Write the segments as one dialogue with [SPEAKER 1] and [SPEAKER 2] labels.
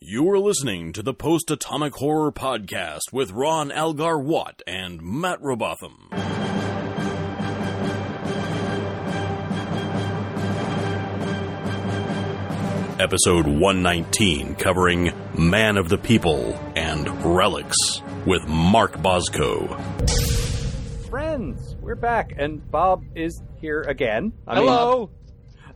[SPEAKER 1] You are listening to the Post Atomic Horror Podcast with Ron Algar Watt and Matt Robotham. Episode 119 covering Man of the People and Relics with Mark Bosco.
[SPEAKER 2] friends. We're back, and Bob is here again. I mean,
[SPEAKER 3] Hello.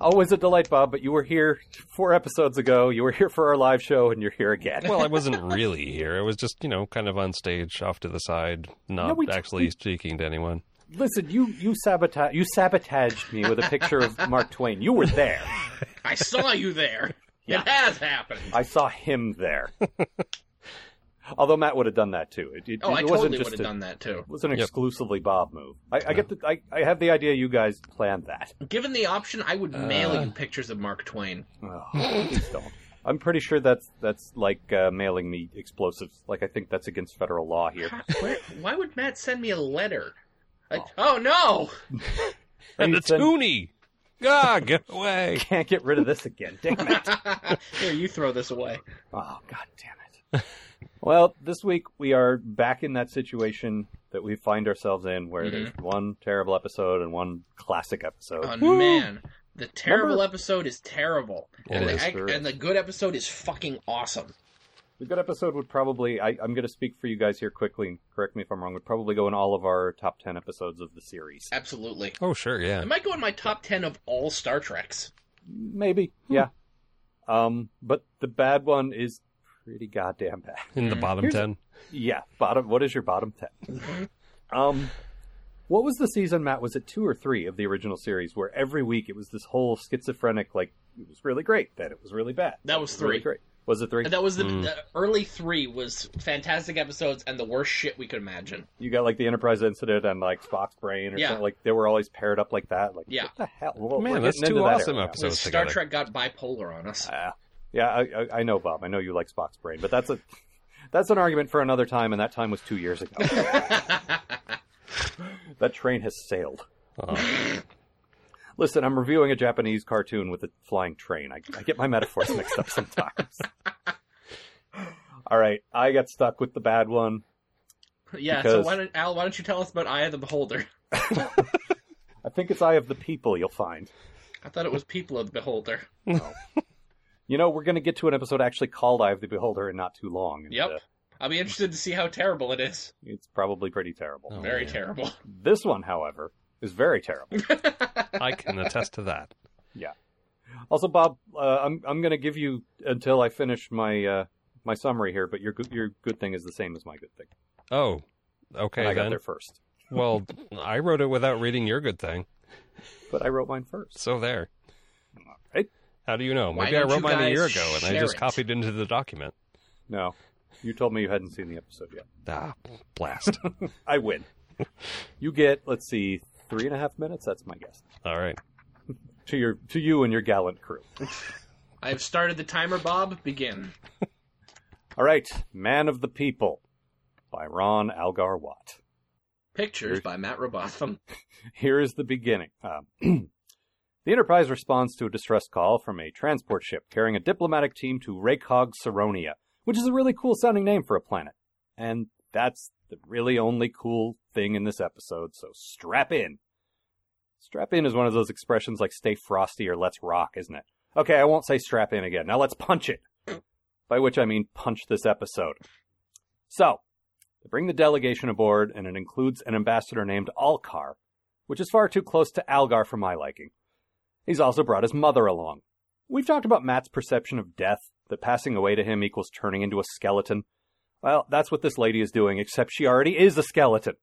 [SPEAKER 2] always a delight, Bob. But you were here four episodes ago. You were here for our live show, and you're here again.
[SPEAKER 3] well, I wasn't really here. I was just, you know, kind of on stage, off to the side, not
[SPEAKER 2] No, we-
[SPEAKER 3] actually speaking to anyone.
[SPEAKER 2] Listen, you you sabotage you sabotaged me with a picture of Mark Twain. You were there.
[SPEAKER 4] I saw you there. It has happened.
[SPEAKER 2] I saw him there. Although Matt would have done that too. It, it-
[SPEAKER 4] Oh,
[SPEAKER 2] it
[SPEAKER 4] I
[SPEAKER 2] wasn't
[SPEAKER 4] totally
[SPEAKER 2] just
[SPEAKER 4] would have
[SPEAKER 2] a-
[SPEAKER 4] done that too.
[SPEAKER 2] It was an
[SPEAKER 3] Yep.
[SPEAKER 2] exclusively Bob move. I, I get the, I, I have the idea you guys planned that.
[SPEAKER 4] Given the option, I would mail
[SPEAKER 2] Uh.
[SPEAKER 4] you pictures of Mark Twain.
[SPEAKER 2] Oh, please don't. I'm pretty sure that's that's like uh, mailing me explosives. Like I think that's against federal law here.
[SPEAKER 4] Where, why would Matt send me a letter? Like, oh no!
[SPEAKER 3] And
[SPEAKER 2] you
[SPEAKER 3] a
[SPEAKER 2] said-
[SPEAKER 3] toonie! Ah, get away!
[SPEAKER 2] Can't get rid of this again. Damn it.
[SPEAKER 4] Here, you throw this away.
[SPEAKER 2] Oh, god damn it. well, this week we are back in that situation that we find ourselves in where there's one terrible episode and one classic episode.
[SPEAKER 4] Oh man, the terrible episode is terrible,
[SPEAKER 3] It
[SPEAKER 4] and, the,
[SPEAKER 3] is,
[SPEAKER 4] ac-
[SPEAKER 2] sure
[SPEAKER 4] and the good episode is fucking awesome.
[SPEAKER 2] The good episode would probably, I, I'm going to speak for you guys here quickly, and correct me if I'm wrong, would probably go in all of our top 10 episodes of the series.
[SPEAKER 4] Absolutely.
[SPEAKER 3] Oh, sure, yeah.
[SPEAKER 4] It might go in my top ten of all Star Treks.
[SPEAKER 2] Maybe,
[SPEAKER 4] Hmm.
[SPEAKER 2] yeah. Um, but the bad one is pretty goddamn bad.
[SPEAKER 3] In
[SPEAKER 4] Mm.
[SPEAKER 3] the bottom
[SPEAKER 2] Here's-
[SPEAKER 3] ten.
[SPEAKER 2] Yeah, bottom. What is your bottom ten?
[SPEAKER 4] Mm-hmm.
[SPEAKER 2] um, what was the season, Matt? Was it two or three of the original series where every week it was this whole schizophrenic, like it was really great, then it was really bad.
[SPEAKER 4] That
[SPEAKER 2] then
[SPEAKER 4] was
[SPEAKER 2] it really
[SPEAKER 4] three.
[SPEAKER 2] great. Hmm. Was it three?
[SPEAKER 4] And that was the, the early three was fantastic episodes and the worst shit we could imagine.
[SPEAKER 2] You got like the Enterprise incident and like Spock's brain, or
[SPEAKER 4] Yeah.
[SPEAKER 2] something. like they were always paired up like that. Like
[SPEAKER 4] Yeah.
[SPEAKER 2] what the hell? Well, we're
[SPEAKER 3] Man, that's
[SPEAKER 2] getting into
[SPEAKER 3] two
[SPEAKER 2] that
[SPEAKER 3] awesome
[SPEAKER 2] era now.
[SPEAKER 3] episodes
[SPEAKER 4] Star
[SPEAKER 3] together.
[SPEAKER 4] Trek got bipolar on us.
[SPEAKER 2] Ah. yeah, I, I, I know, Bob. I know you like Spock's brain, but that's a that's an argument for another time, and that time was two years ago. that train has sailed.
[SPEAKER 3] Uh,
[SPEAKER 2] Listen, I'm reviewing a Japanese cartoon with a flying train. I, I get my metaphors mixed up sometimes. All right, I got stuck with the bad one.
[SPEAKER 4] Yeah, so
[SPEAKER 2] Because-
[SPEAKER 4] why don't Al? Why don't you tell us about Eye of the Beholder?
[SPEAKER 2] I think it's Eye of the People you'll find.
[SPEAKER 4] I thought it was People of the Beholder.
[SPEAKER 2] You know, we're going to get to an episode actually called Eye of the Beholder in not too long. and,
[SPEAKER 4] Yep,
[SPEAKER 2] uh,
[SPEAKER 4] I'll be interested to see how terrible it is.
[SPEAKER 2] it's probably pretty terrible.
[SPEAKER 3] Oh,
[SPEAKER 4] Very
[SPEAKER 3] man.
[SPEAKER 4] terrible.
[SPEAKER 2] This one, however, is very terrible.
[SPEAKER 3] I can attest to that.
[SPEAKER 2] also, Bob, uh, I'm, I'm going to give you until I finish my uh, my summary here, but your, good- your good thing is the same as my good thing.
[SPEAKER 3] Oh,
[SPEAKER 2] And
[SPEAKER 3] okay
[SPEAKER 2] I got
[SPEAKER 3] then.
[SPEAKER 2] there first.
[SPEAKER 3] Well, I wrote it without reading your good thing,
[SPEAKER 2] But I wrote mine first.
[SPEAKER 3] so there.
[SPEAKER 2] right.
[SPEAKER 3] How do you know?
[SPEAKER 4] Why
[SPEAKER 3] Maybe I
[SPEAKER 4] don't
[SPEAKER 3] wrote
[SPEAKER 4] you
[SPEAKER 3] mine a
[SPEAKER 4] guys
[SPEAKER 3] year ago and I
[SPEAKER 4] share
[SPEAKER 3] just
[SPEAKER 4] it?
[SPEAKER 3] copied into the document.
[SPEAKER 2] No, you told me you hadn't seen the episode yet.
[SPEAKER 3] Ah, blast.
[SPEAKER 2] I win. you get, let's see, three and a half minutes. That's my guess
[SPEAKER 3] All right.
[SPEAKER 2] to your to you and your gallant crew.
[SPEAKER 4] I have started the timer, Bob. Begin.
[SPEAKER 2] All right, Man of the People by Ron Algar Watt.
[SPEAKER 4] Pictures by Matt Robotham.
[SPEAKER 2] Here is the beginning. Um, the Enterprise responds to a distress call from a transport ship carrying a diplomatic team to Rakog Saronia, which is a really cool sounding name for a planet. And that's the really only cool thing in this episode, so strap in. Strap in is one of those expressions like stay frosty or let's rock, isn't it? Okay, I won't say strap in again. Now let's punch it. By which I mean punch this episode. So, they bring the delegation aboard, and it includes an ambassador named Alcar, which is far too close to Algar for my liking. He's also brought his mother along. We've talked about Matt's perception of death, that passing away to him equals turning into a skeleton. Well, that's what this lady is doing, except she already is a skeleton.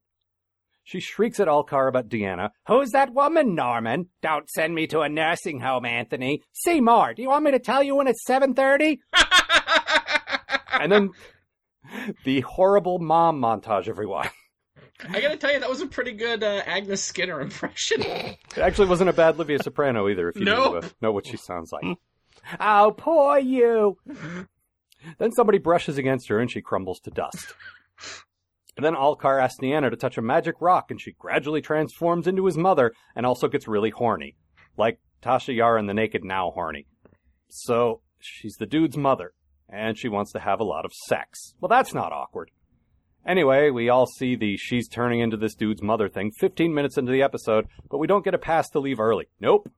[SPEAKER 2] She shrieks at Alcar about Deanna. Who's that woman, Norman? Don't send me to a nursing home, Anthony. Seymour, do you want me to tell you when it's 7.30? and then the horrible mom montage, everyone.
[SPEAKER 4] I gotta tell you, that was a pretty good uh, Agnes Skinner impression.
[SPEAKER 2] It actually wasn't a bad Livia Soprano either, if you
[SPEAKER 4] No.
[SPEAKER 2] knew, uh, know what she sounds like. oh, poor you. then somebody brushes against her and she crumbles to dust. And then Alcar asks Deanna to touch a magic rock and she gradually transforms into his mother and also gets really horny. Like Tasha Yar in the Naked Now horny. So she's the dude's mother. and she wants to have a lot of sex. Well, that's not awkward. Anyway, we all see the she's turning into this dude's mother thing 15 minutes into the episode, but we don't get a pass to leave early. Nope.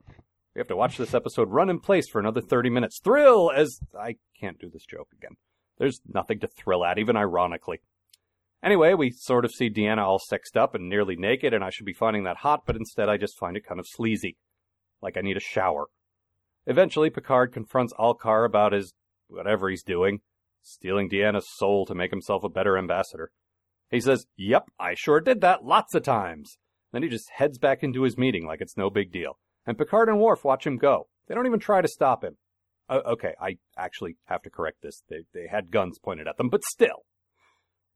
[SPEAKER 2] We have to watch this episode run in place for another 30 minutes. Thrill as I can't do this joke again. There's nothing to thrill at, even ironically. Anyway, we sort of see Deanna all sexed up and nearly naked, and I should be finding that hot, but instead I just find it kind of sleazy. Like I need a shower. Eventually, Picard confronts Alcar about his whatever he's doing, stealing Deanna's soul to make himself a better ambassador. He says, Yep, I sure did that lots of times. Then he just heads back into his meeting like it's no big deal. And Picard and Worf watch him go. They don't even try to stop him. Uh, okay, I actually have to correct this. They, they had guns pointed at them, but still.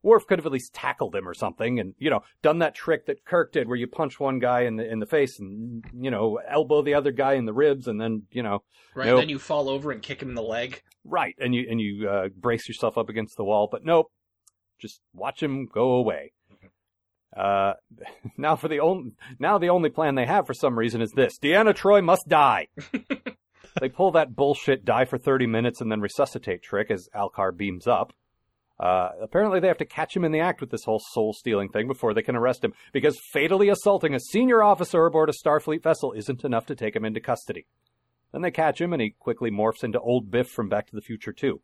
[SPEAKER 2] Worf could have at least tackled him or something and, you know, done that trick that Kirk did where you punch one guy in the, in the face and, you know, elbow the other guy in the ribs and then, you know,
[SPEAKER 4] Right?
[SPEAKER 2] Nope.
[SPEAKER 4] Then you fall over and kick him in the leg.
[SPEAKER 2] Right, and you and you uh, brace yourself up against the wall, but nope, just watch him go away. Uh, now for the only now the only plan they have for some reason is this: Deanna Troy must die. they pull that bullshit die for thirty minutes and then resuscitate trick as Alcar beams up. Uh, apparently they have to catch him in the act with this whole soul stealing thing before they can arrest him because fatally assaulting a senior officer aboard a Starfleet vessel isn't enough to take him into custody. Then they catch him, and he quickly morphs into Old Biff from Back to the Future 2.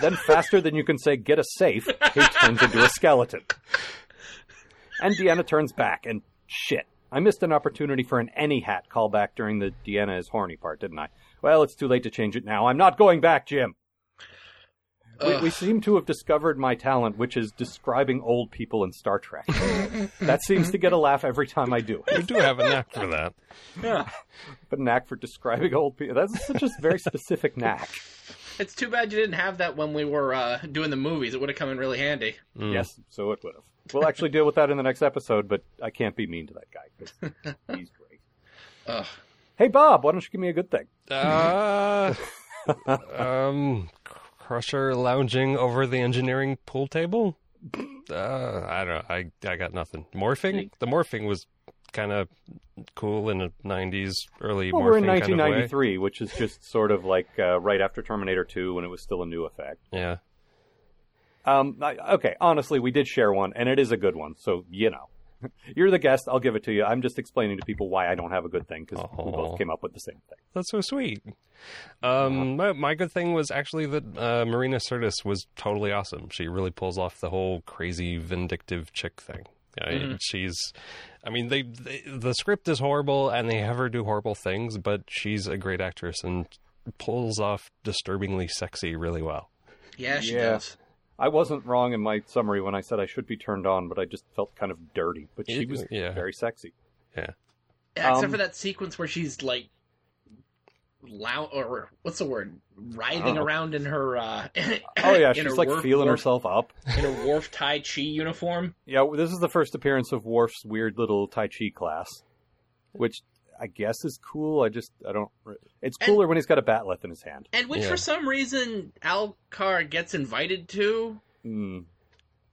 [SPEAKER 2] then, faster than you can say, get a safe, he turns into a skeleton. And Deanna turns back, and shit. I missed an opportunity for an any hat callback during the Deanna is horny part, didn't I? Well, it's too late to change it now. I'm not going back, Jim. We, we
[SPEAKER 4] Ugh.
[SPEAKER 2] seem to have discovered my talent, which is describing old people in Star Trek. that seems to get a laugh every time I do it
[SPEAKER 3] You do have a knack for that.
[SPEAKER 4] Yeah.
[SPEAKER 2] but a knack for describing old people. That's such a very specific knack.
[SPEAKER 4] It's too bad you didn't have that when we were uh, doing the movies. It would have come in really handy.
[SPEAKER 3] Mm.
[SPEAKER 2] Yes, so it would have. We'll actually deal with that in the next episode, but I can't be mean to that guy 'cause he's great.
[SPEAKER 4] Ugh.
[SPEAKER 2] Hey, Bob, why don't you give me a good thing?
[SPEAKER 3] Uh, um, Crusher lounging over the engineering pool table. Uh, I don't. I I got nothing.
[SPEAKER 2] Hmm.
[SPEAKER 3] Morphing. The morphing was kind of cool in the '90s, early
[SPEAKER 2] Well,
[SPEAKER 3] morphing
[SPEAKER 2] we're in
[SPEAKER 3] kind of way.
[SPEAKER 2] 1993, which is just sort of like uh, right after Terminator 2 when it was still a new effect.
[SPEAKER 3] Yeah.
[SPEAKER 2] Um, I, okay, honestly, we did share one, and it is a good one, so you know. You're the guest. I'll give it to you. I'm just explaining to people why I don't have a good thing because we
[SPEAKER 3] Oh.
[SPEAKER 2] both came up with the same thing.
[SPEAKER 3] That's so sweet. Um, my, my good thing was actually that uh, Marina Sirtis was totally awesome. She really pulls off the whole crazy vindictive chick thing. I,
[SPEAKER 4] Mm-hmm.
[SPEAKER 3] She's, I mean, they, they the script is horrible and they have her do horrible things, but she's a great actress and pulls off disturbingly sexy really well.
[SPEAKER 4] Yeah, she
[SPEAKER 2] Yeah.
[SPEAKER 4] does.
[SPEAKER 2] I wasn't wrong in my summary when I said I should be turned on, but I just felt kind of dirty. But she
[SPEAKER 3] It-
[SPEAKER 2] was
[SPEAKER 3] yeah.
[SPEAKER 2] very sexy.
[SPEAKER 4] Yeah, except
[SPEAKER 2] Um,
[SPEAKER 4] for that sequence where she's like, loud or what's the word?
[SPEAKER 2] don't
[SPEAKER 4] Writhing
[SPEAKER 2] know.
[SPEAKER 4] around in her. Uh,
[SPEAKER 2] Oh yeah,
[SPEAKER 4] in
[SPEAKER 2] she's
[SPEAKER 4] her
[SPEAKER 2] like
[SPEAKER 4] Worf-
[SPEAKER 2] feeling
[SPEAKER 4] Worf-
[SPEAKER 2] herself up.
[SPEAKER 4] in her Worf Tai Chi uniform.
[SPEAKER 2] Yeah, well, this is the first appearance of Worf's weird little Tai Chi class, which I guess is cool. I just I don't. re- It's
[SPEAKER 4] And-
[SPEAKER 2] cooler when he's got a batleth in his hand.
[SPEAKER 4] And which,
[SPEAKER 3] Yeah.
[SPEAKER 4] for some reason, Alcar gets invited to.
[SPEAKER 2] Mm,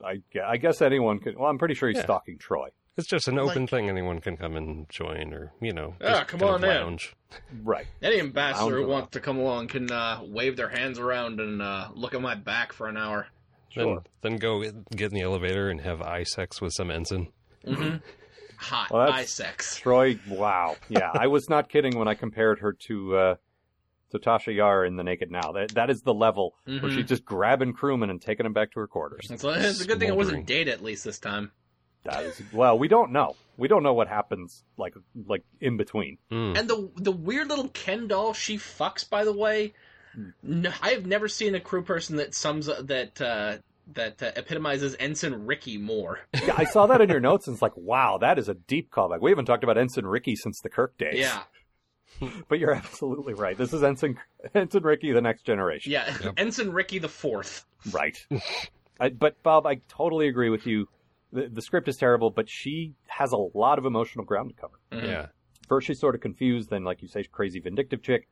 [SPEAKER 2] I, gue- I guess anyone could. Well, I'm pretty sure he's
[SPEAKER 3] Yeah.
[SPEAKER 2] stalking Troy.
[SPEAKER 3] It's just an open
[SPEAKER 4] Like-
[SPEAKER 3] thing anyone can come and join or, you know,
[SPEAKER 4] Ah,
[SPEAKER 3] just
[SPEAKER 4] come
[SPEAKER 3] kind
[SPEAKER 4] on
[SPEAKER 3] of
[SPEAKER 4] in.
[SPEAKER 3] lounge.
[SPEAKER 2] Right.
[SPEAKER 4] Any ambassador
[SPEAKER 2] Lounge
[SPEAKER 4] who
[SPEAKER 2] around.
[SPEAKER 4] wants to come along can uh, wave their hands around and uh, look at my back for an hour.
[SPEAKER 2] Sure.
[SPEAKER 3] Then, then go get in the elevator and have eye sex with some ensign.
[SPEAKER 4] hmm Hot
[SPEAKER 2] Well, that's-
[SPEAKER 4] eye sex.
[SPEAKER 2] Troy. Wow. Yeah, I was not kidding when I compared her to. Uh, to Tasha Yar in The Naked Now. That, that is the level where
[SPEAKER 4] Mhm.
[SPEAKER 2] she's just grabbing crewmen and taking them back to her quarters.
[SPEAKER 4] It's, it's a good thing it
[SPEAKER 3] Smoldering.
[SPEAKER 4] wasn't data at least this time.
[SPEAKER 2] That is well, we don't know. We don't know what happens like like in between.
[SPEAKER 3] Mm.
[SPEAKER 4] And the the weird little Ken doll she fucks, by the way.
[SPEAKER 3] Mm.
[SPEAKER 4] No, I have never seen a crew person that sums that uh, that uh, epitomizes Ensign Ricky more.
[SPEAKER 2] Yeah, I saw that in your notes and it's like, wow, that is a deep callback. We haven't talked about Ensign Ricky since the Kirk days.
[SPEAKER 4] yeah,
[SPEAKER 2] But you're absolutely right. This is Ensign Ensign Ricky the next generation.
[SPEAKER 4] yeah, Ensign Ricky the fourth.
[SPEAKER 2] Right. I, but Bob, I totally agree with you. The, the script is terrible, but she has a lot of emotional ground to cover.
[SPEAKER 4] Mhm.
[SPEAKER 3] Yeah.
[SPEAKER 2] First she's sort of confused, then like you say crazy vindictive chick.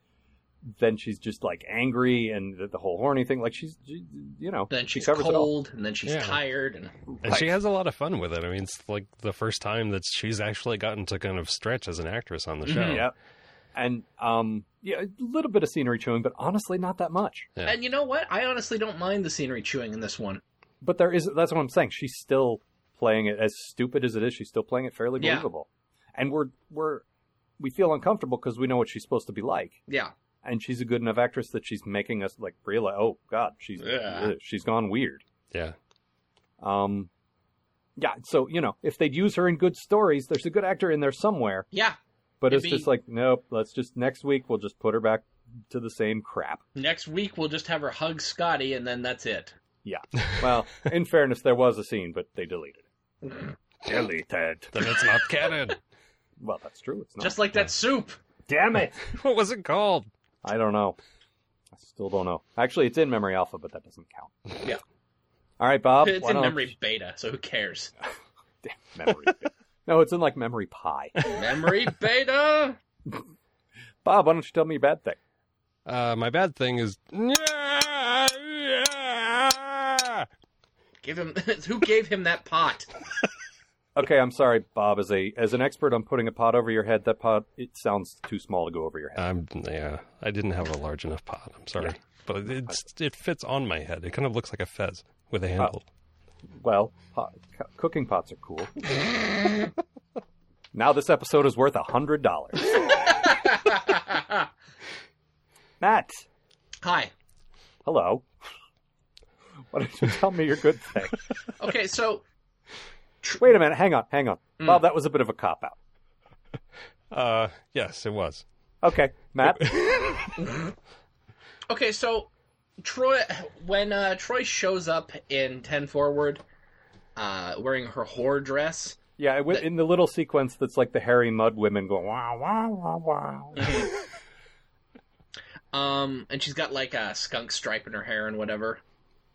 [SPEAKER 2] Then she's just like angry and the, the whole horny thing. Like she's, she, you know,
[SPEAKER 4] Then
[SPEAKER 2] she
[SPEAKER 4] she's
[SPEAKER 2] covers it all.
[SPEAKER 4] cold, and then she's
[SPEAKER 3] Yeah.
[SPEAKER 4] tired, and
[SPEAKER 3] And she has a lot of fun with it. I mean, it's like the first time that she's actually gotten to kind of stretch as an actress on the show.
[SPEAKER 4] Mhm.
[SPEAKER 2] Mm-hmm. Yeah. and um, yeah, a little bit of scenery chewing, but honestly, not that much.
[SPEAKER 3] Yeah.
[SPEAKER 4] And you know what? I honestly don't mind the scenery chewing in this one.
[SPEAKER 2] But there is that's what I'm saying. She's still playing it as stupid as it is. She's still playing it fairly
[SPEAKER 4] Yeah.
[SPEAKER 2] believable, and we're we're we feel uncomfortable because we know what she's supposed to be like,
[SPEAKER 4] Yeah.
[SPEAKER 2] and she's a good enough actress that she's making us like realize, oh god, she's
[SPEAKER 4] Yeah.
[SPEAKER 2] she's gone weird.
[SPEAKER 3] Yeah.
[SPEAKER 2] Um, yeah. So you know, if they'd use her in good stories, there's a good actor in there somewhere.
[SPEAKER 4] Yeah.
[SPEAKER 2] But it's
[SPEAKER 4] It'd be-
[SPEAKER 2] just like, nope. Let's just next week we'll just put her back to the same crap.
[SPEAKER 4] Next week we'll just have her hug Scotty and then that's it.
[SPEAKER 2] Well, in fairness, there was a scene, but they deleted it.
[SPEAKER 4] Damn
[SPEAKER 2] Deleted.
[SPEAKER 3] Then it's not canon.
[SPEAKER 2] Well, that's true.
[SPEAKER 3] Oh,
[SPEAKER 2] It's not.
[SPEAKER 4] Just like that soup.
[SPEAKER 2] damn it.
[SPEAKER 3] what was it called?
[SPEAKER 2] I don't know. I still don't know. Actually, it's in memory alpha, but that doesn't count.
[SPEAKER 4] Yeah.
[SPEAKER 2] All right, Bob.
[SPEAKER 4] It's
[SPEAKER 2] why
[SPEAKER 4] in
[SPEAKER 2] don't-
[SPEAKER 4] memory beta, so who cares?
[SPEAKER 2] Memory. no, it's in like memory pie.
[SPEAKER 4] Memory beta.
[SPEAKER 2] Bob, why don't you tell me your bad thing?
[SPEAKER 3] Uh, my bad thing is. That's
[SPEAKER 4] Give him who gave him that pot?
[SPEAKER 2] Okay, I'm sorry, Bob. As a as an expert on putting a pot over your head, that pot it sounds too small to go over your head.
[SPEAKER 3] I'm Um, yeah. I didn't have a large enough pot. I'm sorry, but it's it fits on my head. It kind of looks like a fez with a
[SPEAKER 2] Oh.
[SPEAKER 3] handle.
[SPEAKER 2] Well, pot, c- cooking pots are cool. now this episode is worth a hundred dollars.
[SPEAKER 4] Hi.
[SPEAKER 2] Matt, hello. Why don't you tell me your good thing?
[SPEAKER 4] Okay, so
[SPEAKER 2] Wait a minute. Hang on. Hang on,
[SPEAKER 4] Mm.
[SPEAKER 2] Bob. That was a bit of a cop out.
[SPEAKER 3] Uh, yes, it was.
[SPEAKER 2] Okay, Matt.
[SPEAKER 4] okay, so Troy when uh, Troy shows up in Ten Forward, uh, wearing her whore dress.
[SPEAKER 2] Yeah, it went
[SPEAKER 4] That-
[SPEAKER 2] in the little sequence that's like the hairy mud women going wow wow wow wow.
[SPEAKER 4] Um, and she's got like a skunk stripe in her hair and whatever.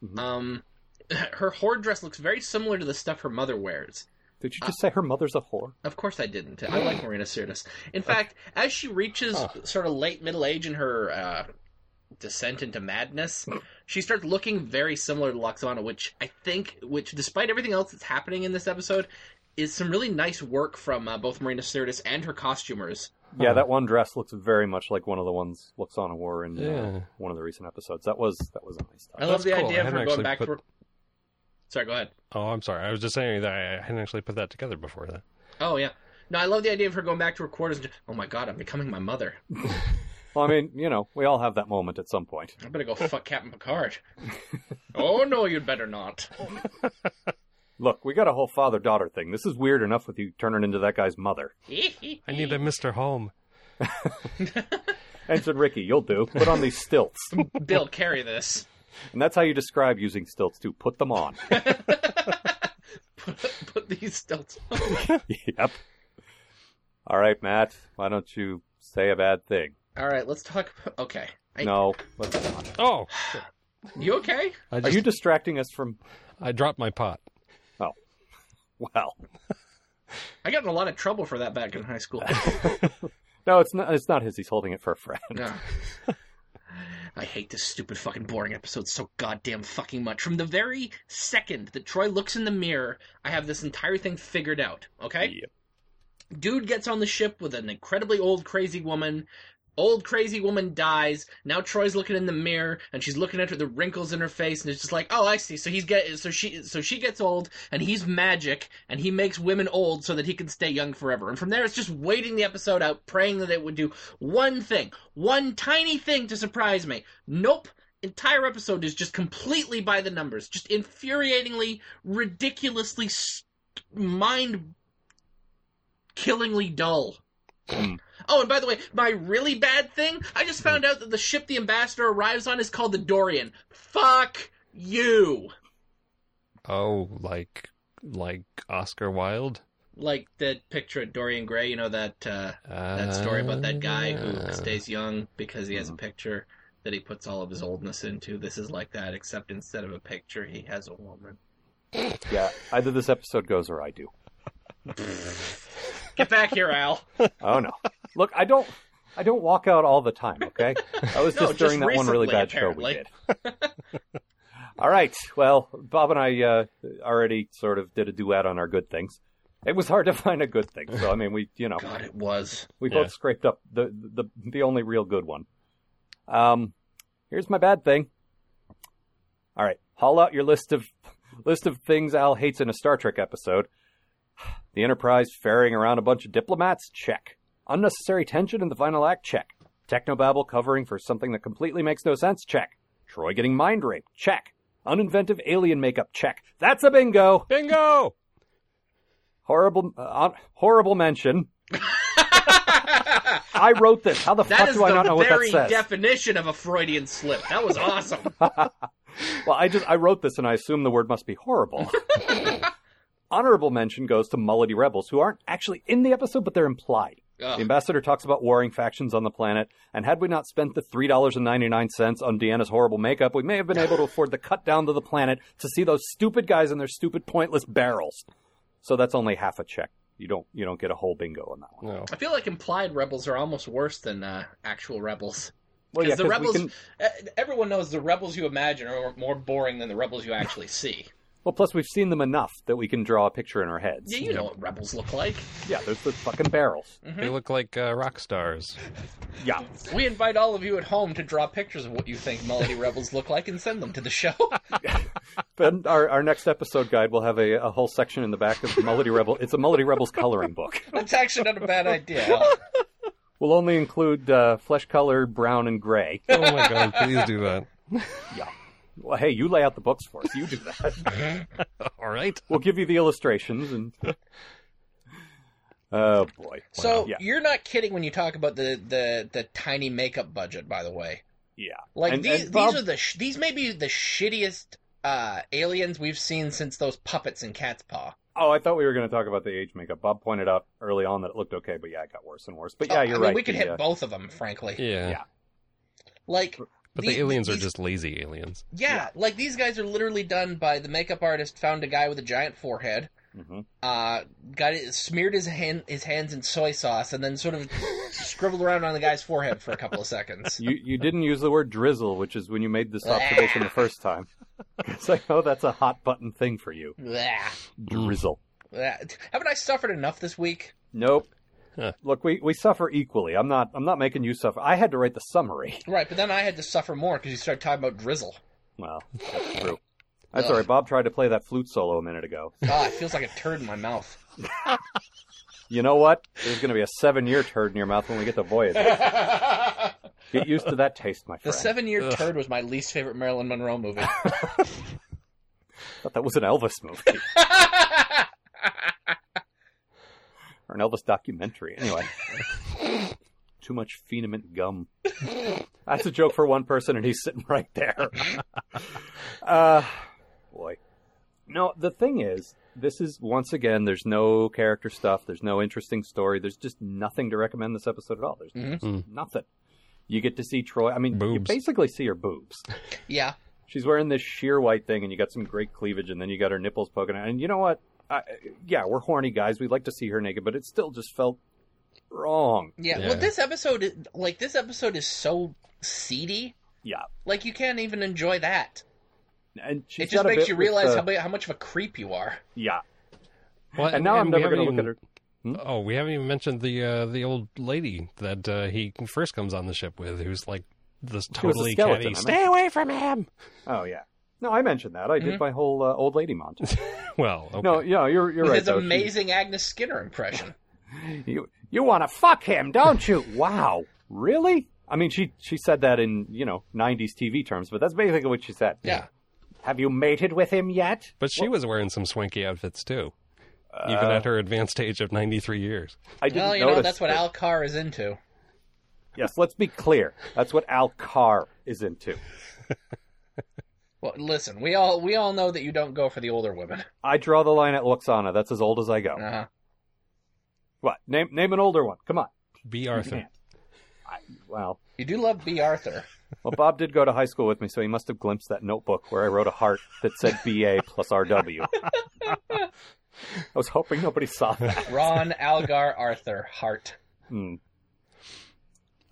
[SPEAKER 2] Mhm.
[SPEAKER 4] Um, her whore dress looks very similar to the stuff her mother wears.
[SPEAKER 2] Did you just say her mother's a whore?
[SPEAKER 4] Of course, I didn't. I like Marina Sirtis. In fact, as she reaches sort of late middle age in her uh, descent into madness, she starts looking very similar to Loxana, which I think, which despite everything else that's happening in this episode, is some really nice work from uh, both Marina Sirtis and her costumers.
[SPEAKER 2] Yeah, that one dress looks very much like one of the ones Luxana wore in uh,
[SPEAKER 3] Yeah.
[SPEAKER 2] one of the recent episodes. That was that was a nice touch.
[SPEAKER 4] I love
[SPEAKER 3] That's
[SPEAKER 4] the
[SPEAKER 3] cool. I
[SPEAKER 4] idea of her
[SPEAKER 3] hadn't
[SPEAKER 4] going
[SPEAKER 3] actually
[SPEAKER 4] back
[SPEAKER 3] put-
[SPEAKER 4] to. Her... Sorry, go ahead.
[SPEAKER 3] Oh, I'm sorry. I was just saying that I hadn't actually put that together before that.
[SPEAKER 4] Oh yeah. No, I love the idea of her going back to her quarters. And, oh my god, I'm becoming my mother.
[SPEAKER 2] Well, I mean, you know, we all have that moment at some point.
[SPEAKER 4] I better go fuck Captain Picard. oh no, you'd better not.
[SPEAKER 2] Look, we got a whole father daughter thing. This is weird enough with you turning into that guy's mother.
[SPEAKER 3] I need a Mr. Home.
[SPEAKER 2] Ensign Ricky, you'll do. Put on these stilts,
[SPEAKER 4] Bill carry this.
[SPEAKER 2] and that's how you describe using stilts too. Put them on.
[SPEAKER 4] Put, put these stilts.
[SPEAKER 2] yep. All right, Matt. Why don't you say a bad thing?
[SPEAKER 4] All right, let's talk. about- Okay, I-
[SPEAKER 2] No, let's not.
[SPEAKER 3] Oh,
[SPEAKER 4] you okay?
[SPEAKER 3] I
[SPEAKER 2] Are
[SPEAKER 3] just
[SPEAKER 2] you distracting us from?
[SPEAKER 3] I dropped my pot.
[SPEAKER 2] Well,
[SPEAKER 4] I got in a lot of trouble for that back in high school.
[SPEAKER 2] no, it's not. It's not his. He's holding it for a friend.
[SPEAKER 4] Yeah. I hate this stupid fucking boring episode so goddamn fucking much. From the very second that Troy looks in the mirror, I have this entire thing figured out. Okay.
[SPEAKER 2] Yep.
[SPEAKER 4] dude gets on the ship with an incredibly old crazy woman. Old crazy woman dies. Now Troy's looking in the mirror, and she's looking at her the wrinkles in her face, and it's just like, oh, I see. So he's get so she so she gets old, and he's magic, and he makes women old so that he can stay young forever. And from there, it's just waiting the episode out, praying that it would do one thing, one tiny thing to surprise me. Nope. Entire episode is just completely by the numbers, just infuriatingly, ridiculously, st- mind killingly dull.
[SPEAKER 2] Hmm.
[SPEAKER 4] Oh, and by the way, my really bad thing, I just found out that the ship the ambassador arrives on is called the Dorian. Fuck you.
[SPEAKER 3] Oh, like like Oscar Wilde.
[SPEAKER 4] Like that picture of Dorian Gray, you know that uh, that story about that guy
[SPEAKER 2] Ah.
[SPEAKER 3] Uh,
[SPEAKER 4] who stays young because he has
[SPEAKER 2] Mm-hmm.
[SPEAKER 4] a picture that he puts all of his oldness into. This is like that, except instead of a picture, he has a woman.
[SPEAKER 2] Yeah, either this episode goes or I do.
[SPEAKER 4] Get back here, Al.
[SPEAKER 2] Oh no! Look, I don't. I don't walk out all the time. Okay, that was
[SPEAKER 4] No,
[SPEAKER 2] just during
[SPEAKER 4] just
[SPEAKER 2] that one really
[SPEAKER 4] recently,
[SPEAKER 2] bad show we
[SPEAKER 4] apparently.
[SPEAKER 2] did. all right. Well, Bob and I uh, already sort of did a duet on our good things. It was hard to find a good thing, so I mean, we you know
[SPEAKER 4] God, it was.
[SPEAKER 2] we
[SPEAKER 3] Yeah.
[SPEAKER 2] both scraped up the, the the only real good one. Um, here's my bad thing. All right, haul out your list of list of things Al hates in a Star Trek episode. The Enterprise ferrying around a bunch of diplomats, check. Unnecessary tension in the final act, check. Technobabble covering for something that completely makes no sense, check. Troy getting mind raped, check. Uninventive alien makeup, check. That's a bingo.
[SPEAKER 3] Bingo!
[SPEAKER 2] Horrible, uh, hon- horrible mention. I wrote this. How the
[SPEAKER 4] That
[SPEAKER 2] fuck
[SPEAKER 4] is
[SPEAKER 2] do I not know
[SPEAKER 4] the
[SPEAKER 2] what that
[SPEAKER 4] very
[SPEAKER 2] says?
[SPEAKER 4] definition of a Freudian slip. That was awesome.
[SPEAKER 2] well, I just I wrote this and I assume the word must be horrible. Honorable mention goes to Mullity rebels who aren't actually in the episode, but they're implied.
[SPEAKER 4] Ugh.
[SPEAKER 2] The ambassador talks about warring factions on the planet, and had we not spent the three dollars and ninety nine cents on Deanna's horrible makeup, we may have been able to afford the cut down to the planet to see those stupid guys in their stupid pointless barrels. So that's only half a check. You don't you don't get a whole bingo on that one.
[SPEAKER 3] No.
[SPEAKER 4] I feel like implied rebels are almost worse than uh, actual rebels.
[SPEAKER 2] Well,
[SPEAKER 4] 'Cause
[SPEAKER 2] yeah,
[SPEAKER 4] the
[SPEAKER 2] 'cause we
[SPEAKER 4] rebels,
[SPEAKER 2] can-
[SPEAKER 4] e- everyone knows the rebels you imagine are more boring than the rebels you actually see.
[SPEAKER 2] Well, plus we've seen them enough that we can draw a picture in our heads.
[SPEAKER 4] Yeah, you know what rebels look like.
[SPEAKER 2] Yeah, there's the fucking barrels.
[SPEAKER 4] Mm. Mm-hmm.
[SPEAKER 3] They look like uh, rock stars.
[SPEAKER 2] Yeah.
[SPEAKER 4] We invite all of you at home to draw pictures of what you think Melody Rebels look like and send them to the show.
[SPEAKER 2] Then our, our next episode guide will have a, a whole section in the back of Melody Rebel. It's a Melody Rebels coloring book.
[SPEAKER 4] That's actually not a bad idea. Al.
[SPEAKER 2] We'll only include uh, flesh color, brown, and gray.
[SPEAKER 3] Oh my god, please do that.
[SPEAKER 2] Well, hey, you lay out the books for us. You do that.
[SPEAKER 3] All right.
[SPEAKER 2] We'll give you the illustrations and. Oh boy.
[SPEAKER 4] So
[SPEAKER 2] Yeah.
[SPEAKER 4] you're not kidding when you talk about the, the, the tiny makeup budget, by the way.
[SPEAKER 2] Yeah.
[SPEAKER 4] Like
[SPEAKER 2] And-
[SPEAKER 4] these,
[SPEAKER 2] and Bob-
[SPEAKER 4] these are the sh- these may be the shittiest uh, aliens we've seen since those puppets in Cat's Paw.
[SPEAKER 2] Oh, I thought we were going to talk about the age makeup. Bob pointed out early on that it looked okay, but yeah, it got worse and worse. But yeah,
[SPEAKER 4] Oh,
[SPEAKER 2] you're
[SPEAKER 4] I mean,
[SPEAKER 2] right.
[SPEAKER 4] We could
[SPEAKER 2] The,
[SPEAKER 4] hit
[SPEAKER 2] uh,
[SPEAKER 4] both of them, frankly.
[SPEAKER 3] Yeah.
[SPEAKER 2] Yeah.
[SPEAKER 4] Like,
[SPEAKER 3] But the,
[SPEAKER 4] The-
[SPEAKER 3] aliens are
[SPEAKER 4] these-
[SPEAKER 3] just lazy aliens.
[SPEAKER 4] yeah,
[SPEAKER 2] Yeah.
[SPEAKER 4] like these guys are literally done by the makeup artist found a guy with a giant forehead,
[SPEAKER 2] mhm.
[SPEAKER 4] uh, got it smeared his hand his hands in soy sauce, and then sort of scribbled around on the guy's forehead for a couple of seconds.
[SPEAKER 2] You you didn't use the word drizzle, which is when you made this observation the first time. It's like, oh, that's a hot button thing for you.
[SPEAKER 4] Blah.
[SPEAKER 2] Drizzle.
[SPEAKER 4] Blah. Haven't I suffered enough this week?
[SPEAKER 2] Nope.
[SPEAKER 3] Huh.
[SPEAKER 2] Look, we, we suffer equally. I'm not I'm not making you suffer. I had to write the summary.
[SPEAKER 4] Right, but then I had to suffer more because you started talking about drizzle.
[SPEAKER 2] Well, that's true. I'm sorry, Bob tried to play that flute solo a minute ago.
[SPEAKER 4] Ah, it feels like a turd in my mouth.
[SPEAKER 2] You know what? There's going to be a seven year turd in your mouth when we get to Voyager.
[SPEAKER 4] the
[SPEAKER 2] Get used to that taste, my friend.
[SPEAKER 4] seven year
[SPEAKER 3] Ugh.
[SPEAKER 4] turd was my least favorite Marilyn Monroe movie.
[SPEAKER 2] I thought that was an Elvis movie or an Elvis documentary. Anyway, too much phenomenal gum. That's a joke for one person, and he's sitting right there. uh, boy. No, the thing is, this is once again. There's no character stuff. There's no interesting story. There's just nothing to recommend this episode at all. There's
[SPEAKER 4] Mhm.
[SPEAKER 2] just nothing. You get to see Troy. I mean, you
[SPEAKER 3] Boobs.
[SPEAKER 2] basically see her boobs.
[SPEAKER 4] yeah.
[SPEAKER 2] She's wearing this sheer white thing, and you got some great cleavage, and then you got her nipples poking out. And you know what? I, yeah, we're horny guys. We'd like to see her naked, but it still just felt wrong.
[SPEAKER 4] yeah,
[SPEAKER 3] Yeah.
[SPEAKER 4] Well, this episode, is, like this episode, is so seedy.
[SPEAKER 2] Yeah,
[SPEAKER 4] Like you can't even enjoy that.
[SPEAKER 2] and she's
[SPEAKER 4] it just
[SPEAKER 2] got a
[SPEAKER 4] makes
[SPEAKER 2] bit
[SPEAKER 4] you
[SPEAKER 2] with uh,
[SPEAKER 4] realize
[SPEAKER 2] the-
[SPEAKER 4] how, mu- how much of a creep you are.
[SPEAKER 2] Yeah,
[SPEAKER 3] Well,
[SPEAKER 2] and now I'm
[SPEAKER 3] we
[SPEAKER 2] never going to
[SPEAKER 3] haven't
[SPEAKER 2] look at Hmm? her.
[SPEAKER 3] even- Oh, we haven't even mentioned the uh, the old lady that uh, he first comes on the ship with, who's like this totally
[SPEAKER 2] skeleton, I
[SPEAKER 3] catty.
[SPEAKER 2] meant.
[SPEAKER 3] Stay away from him.
[SPEAKER 2] Oh yeah. No, I mentioned that. I
[SPEAKER 4] Mm-hmm.
[SPEAKER 2] did my whole uh, old lady montage.
[SPEAKER 3] Well, okay.
[SPEAKER 2] No, yeah, you're you're
[SPEAKER 4] With
[SPEAKER 2] right.
[SPEAKER 4] his
[SPEAKER 2] though. She-
[SPEAKER 4] amazing Agnes Skinner impression.
[SPEAKER 2] You you want to fuck him, don't you? wow, really? I mean, she she said that in you know '90s TV terms, but that's basically what she said.
[SPEAKER 4] Yeah.
[SPEAKER 2] Have you mated with him yet?
[SPEAKER 3] but she was wearing some swanky outfits too,
[SPEAKER 2] uh,
[SPEAKER 3] even at her advanced age of ninety three years.
[SPEAKER 2] I didn't
[SPEAKER 4] Well, you know
[SPEAKER 2] notice
[SPEAKER 4] that's what
[SPEAKER 2] that-
[SPEAKER 4] Al Carr is into.
[SPEAKER 2] Yes, let's be clear. That's what Al Carr is into.
[SPEAKER 4] Well, listen, we all we all know that you don't go for the older women.
[SPEAKER 2] I draw the line at Luxana. That's as old as I go.
[SPEAKER 4] Uh-huh.
[SPEAKER 2] What? Name name an older one. Come on.
[SPEAKER 3] B. Arthur.
[SPEAKER 2] Well,
[SPEAKER 4] You do love B. Arthur.
[SPEAKER 2] well, Bob did go to high school with me, so he must have glimpsed that notebook where I wrote a heart that said BA plus RW. I was hoping nobody saw that.
[SPEAKER 4] Ron Algar Arthur Hart.
[SPEAKER 2] Hmm.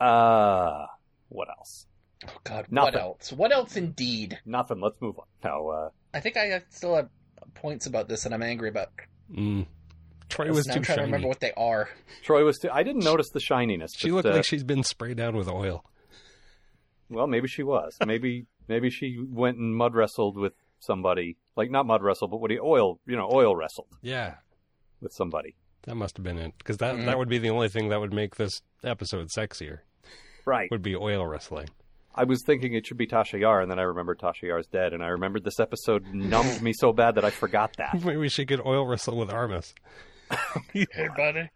[SPEAKER 2] Uh, what else?
[SPEAKER 4] Oh God,
[SPEAKER 2] Nothing.
[SPEAKER 4] what else? What else indeed?
[SPEAKER 2] Nothing. Let's move on. No, uh,
[SPEAKER 4] I think I still have points about this, and I'm angry about.
[SPEAKER 3] Mm. Troy was
[SPEAKER 4] now
[SPEAKER 3] too
[SPEAKER 4] I'm trying to remember
[SPEAKER 3] shiny.
[SPEAKER 4] what they are.
[SPEAKER 2] Troy was too. I didn't notice the shininess.
[SPEAKER 3] She
[SPEAKER 2] but,
[SPEAKER 3] looked
[SPEAKER 2] uh,
[SPEAKER 3] like she's been sprayed down with oil.
[SPEAKER 2] Well, maybe she was. Maybe maybe she went and mud wrestled with somebody. Like not mud wrestled, but what he oil you know oil wrestled
[SPEAKER 3] Yeah, Mm-hmm.
[SPEAKER 2] with somebody.
[SPEAKER 3] that must have been it. Because that
[SPEAKER 4] Mhm.
[SPEAKER 3] that would be the only thing that would make this episode sexier.
[SPEAKER 2] Right.
[SPEAKER 3] Would be oil wrestling.
[SPEAKER 2] I was thinking it should be Tasha Yar, and then I remembered Tasha Yar's dead, and I remembered this episode numbed me so bad that I forgot that.
[SPEAKER 3] Maybe she could oil wrestle with Armus.
[SPEAKER 4] Hey, buddy.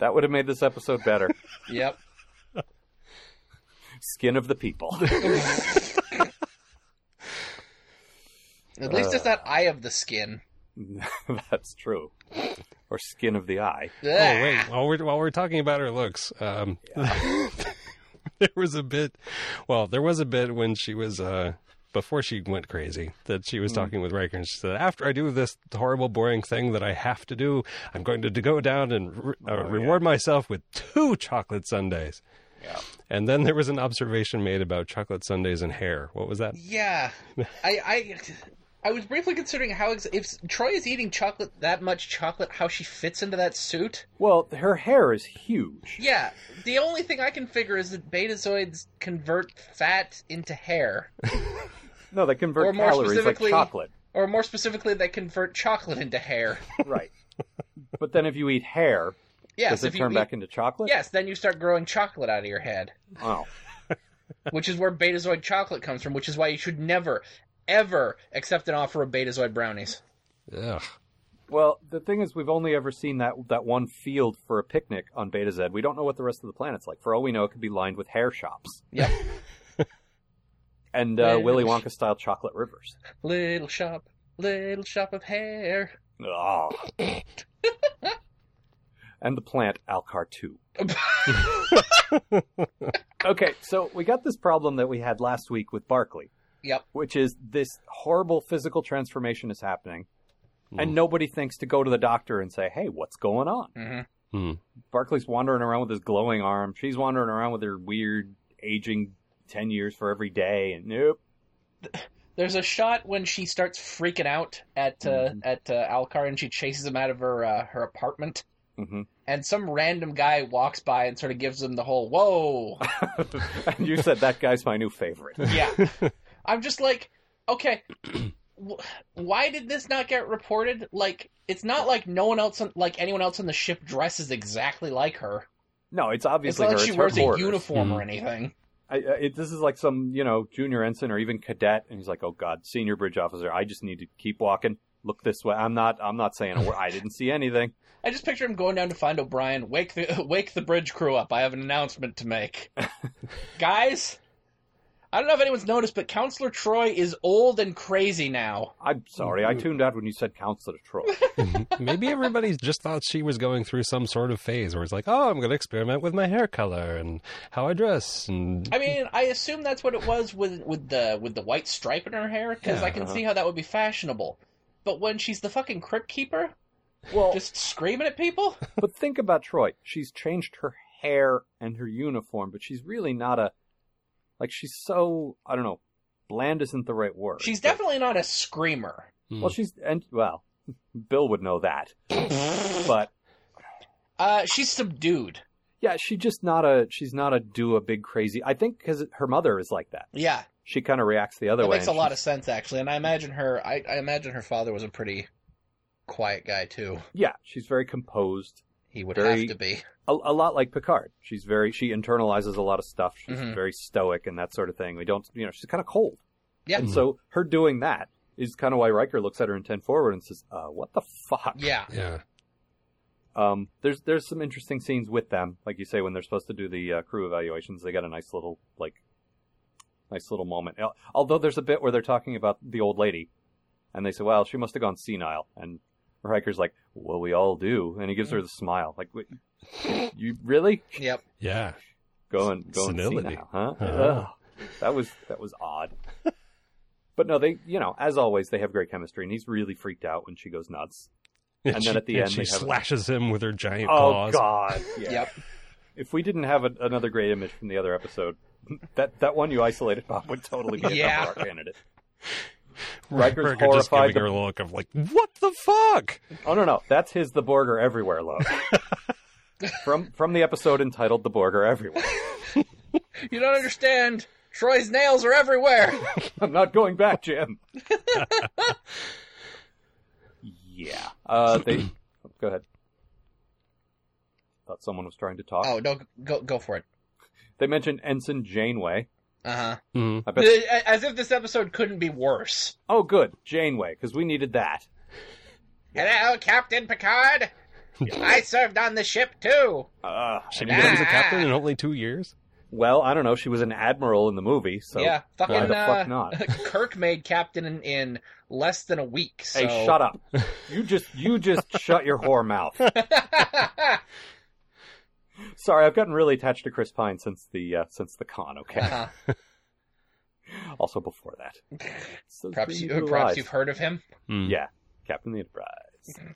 [SPEAKER 2] That would have made this episode better.
[SPEAKER 4] Yep.
[SPEAKER 2] Skin of the people.
[SPEAKER 4] At least
[SPEAKER 2] Uh.
[SPEAKER 4] it's not Eye of the Skin.
[SPEAKER 2] That's true. Or skin of the eye.
[SPEAKER 3] Oh wait, while we're while we're talking about her looks, um, there was a bit. Well, there was a bit when she was uh, before she went crazy that she was
[SPEAKER 2] Hmm.
[SPEAKER 3] talking with Riker, and she said, "After I do this horrible, boring thing that I have to do, I'm going to, go down and re- uh,
[SPEAKER 2] Oh, yeah.
[SPEAKER 3] reward myself with two chocolate sundaes."
[SPEAKER 2] Yeah.
[SPEAKER 3] And then there was an observation made about chocolate sundaes and hair. What was that?
[SPEAKER 4] Yeah, I, I, I was briefly considering how ex- if Troy is eating chocolate that much chocolate, how she fits into that suit.
[SPEAKER 2] Well, her hair is huge.
[SPEAKER 4] Yeah, the only thing I can figure is that betazoids convert fat into hair,
[SPEAKER 2] No, they convert
[SPEAKER 4] Or more
[SPEAKER 2] calories like
[SPEAKER 4] specifically-
[SPEAKER 2] chocolate.
[SPEAKER 4] or more specifically, they convert chocolate into hair.
[SPEAKER 2] Right. but then if you eat hair,
[SPEAKER 4] Yes,
[SPEAKER 2] does it
[SPEAKER 4] if
[SPEAKER 2] turn
[SPEAKER 4] you
[SPEAKER 2] back
[SPEAKER 4] eat-
[SPEAKER 2] into chocolate?
[SPEAKER 4] yes, then you start growing chocolate out of your head,
[SPEAKER 2] Oh.
[SPEAKER 4] which is where betazoid chocolate comes from. Which is why you should never, ever accept an offer of betazoid brownies.
[SPEAKER 3] Ugh.
[SPEAKER 2] Well, the thing is, we've only ever seen that that one field for a picnic on Beta Z. We don't know what the rest of the planet's like. For all we know, it could be lined with hair shops
[SPEAKER 4] Yep,
[SPEAKER 2] and uh,
[SPEAKER 4] Yeah.
[SPEAKER 2] Willy Wonka style chocolate rivers.
[SPEAKER 4] little shop, little shop of hair.
[SPEAKER 2] Oh. and the plant Alcar 2. okay, so we got this problem that we had last week with Barkley,
[SPEAKER 4] Yep.
[SPEAKER 2] which is this horrible physical transformation is happening,
[SPEAKER 3] Mm.
[SPEAKER 2] and nobody thinks to go to the doctor and say, hey, what's going on?
[SPEAKER 4] hmm
[SPEAKER 2] Barkley's wandering around with his glowing arm. She's wandering around with her weird aging 10 years for every day, and nope.
[SPEAKER 4] There's a shot when she starts freaking out at uh,
[SPEAKER 2] Mhm.
[SPEAKER 4] at uh, Alcar, and she chases him out of her uh, her apartment.
[SPEAKER 2] hmm
[SPEAKER 4] And some random guy walks by and sort of gives him the whole "Whoa!"
[SPEAKER 2] and you said that guy's my new favorite.
[SPEAKER 4] yeah, I'm just like, okay, wh- why did this not get reported? Like, it's not like no one else, on, like anyone else on the ship, dresses exactly like her.
[SPEAKER 2] No, it's
[SPEAKER 4] It's
[SPEAKER 2] obviously
[SPEAKER 4] not
[SPEAKER 2] her.
[SPEAKER 4] like she
[SPEAKER 2] it's
[SPEAKER 4] wears
[SPEAKER 2] her Mm-hmm.
[SPEAKER 4] a
[SPEAKER 2] borders.
[SPEAKER 4] uniform or
[SPEAKER 3] Mhm.
[SPEAKER 4] anything.
[SPEAKER 2] I, I, it, this is like some, you know, junior ensign or even cadet, and he's like, "Oh God, senior bridge officer, I just need to keep walking. Look this way. I'm not. I'm not saying a word. I didn't see anything."
[SPEAKER 4] I just picture him going down to find O'Brien. Wake the wake the bridge crew up. I have an announcement to make, guys. I don't know if anyone's noticed, but Counselor Troy is old and crazy now.
[SPEAKER 2] I'm sorry. I tuned out when you said Counselor Troy.
[SPEAKER 3] Maybe everybody just thought she was going through some sort of phase where it's like, oh, I'm going to experiment with my hair color and how I dress. And
[SPEAKER 4] I mean, I assume that's what it was with with the with the white stripe in her hair, because I can
[SPEAKER 2] Yeah. uh-huh.
[SPEAKER 4] see how that would be fashionable. But when she's the fucking crypt keeper,
[SPEAKER 2] Well,
[SPEAKER 4] just screaming at people,
[SPEAKER 2] but think about Troy. She's changed her hair and her uniform, but she's really not a. Like she's so I don't know. Bland isn't the right word.
[SPEAKER 4] she's definitely not a screamer.
[SPEAKER 2] Well, she's and well, Bill would know that. but
[SPEAKER 4] Uh, she's subdued.
[SPEAKER 2] yeah, she just not a. She's not a do a big crazy. I think because her mother is like that.
[SPEAKER 4] Yeah,
[SPEAKER 2] She kind of reacts the other
[SPEAKER 4] that
[SPEAKER 2] way.
[SPEAKER 4] makes a
[SPEAKER 2] and
[SPEAKER 4] lot
[SPEAKER 2] she's-
[SPEAKER 4] of sense actually, and I imagine her. I, I imagine her father was a pretty quiet guy too.
[SPEAKER 2] Yeah, she's very composed.
[SPEAKER 4] He would
[SPEAKER 2] Very-
[SPEAKER 4] have to be.
[SPEAKER 2] A, a lot like Picard. She's very she internalizes a lot of stuff. She's
[SPEAKER 4] Mhm.
[SPEAKER 2] very stoic and that sort of thing. We don't, you know, she's kind of cold.
[SPEAKER 4] Yeah.
[SPEAKER 2] And so her doing that is kind of why Riker looks at her in ten forward and says, "Uh, what the fuck?"
[SPEAKER 4] Yeah.
[SPEAKER 3] yeah.
[SPEAKER 2] Um, there's there's some interesting scenes with them, like you say, when they're supposed to do the uh, crew evaluations. They got a nice little like, nice little moment. Al- Although there's a bit where they're talking about the old lady, and they say, "Well, she must have gone senile," and Riker's like, "Well, we all do," and he gives her the smile, like, "Wait, "You really
[SPEAKER 4] Yep.
[SPEAKER 3] Yeah.
[SPEAKER 2] going going
[SPEAKER 3] Senility.
[SPEAKER 2] senile, huh?"
[SPEAKER 3] Uh-huh.
[SPEAKER 2] Ugh. That was that was odd. But no, they you know as always they have great chemistry, and he's really freaked out when she goes nuts. And
[SPEAKER 3] she,
[SPEAKER 2] then at the end
[SPEAKER 3] she
[SPEAKER 2] they have a-
[SPEAKER 3] slashes him with her giant
[SPEAKER 2] Oh
[SPEAKER 3] claws.
[SPEAKER 2] God! Yeah.
[SPEAKER 4] Yep.
[SPEAKER 2] If we didn't have a, another great image from the other episode, that that one you isolated, Bob, would totally be a
[SPEAKER 4] Yeah.
[SPEAKER 2] number one candidate. Riker's
[SPEAKER 3] Riker just
[SPEAKER 2] horrified.
[SPEAKER 3] giving
[SPEAKER 2] The,
[SPEAKER 3] her a look of like, what the fuck?
[SPEAKER 2] Oh no, no, that's his the Borger everywhere look. from from the episode entitled "The Borger Everywhere."
[SPEAKER 4] You don't understand. Troy's nails are everywhere.
[SPEAKER 2] I'm not going back, Jim. yeah. Uh, they go ahead. Thought someone was trying to talk.
[SPEAKER 4] oh no, go go for it.
[SPEAKER 2] They mentioned Ensign Janeway.
[SPEAKER 4] Uh huh.
[SPEAKER 3] hmm
[SPEAKER 2] I bet.
[SPEAKER 4] As if this episode couldn't be worse.
[SPEAKER 2] Oh, good, Janeway, because we needed that.
[SPEAKER 4] Hello, Captain Picard. I served on the ship too.
[SPEAKER 2] Uh,
[SPEAKER 3] She becomes a captain in only two years.
[SPEAKER 2] well, I don't know. She was an admiral in the movie, so
[SPEAKER 4] yeah, fucking
[SPEAKER 2] why the
[SPEAKER 4] uh,
[SPEAKER 2] fuck not?
[SPEAKER 4] Kirk made captain in, in less than a week. So.
[SPEAKER 2] Hey, shut up! You just you just shut your whore mouth.
[SPEAKER 4] Uh-huh.
[SPEAKER 2] Sorry, I've gotten really attached to Chris Pine since the uh, since the con. Okay,
[SPEAKER 4] uh,
[SPEAKER 2] also before that. So
[SPEAKER 4] perhaps you,
[SPEAKER 2] those are
[SPEAKER 4] perhaps
[SPEAKER 2] lies.
[SPEAKER 4] you've heard of him.
[SPEAKER 3] Mm.
[SPEAKER 2] Yeah, Captain the Enterprise.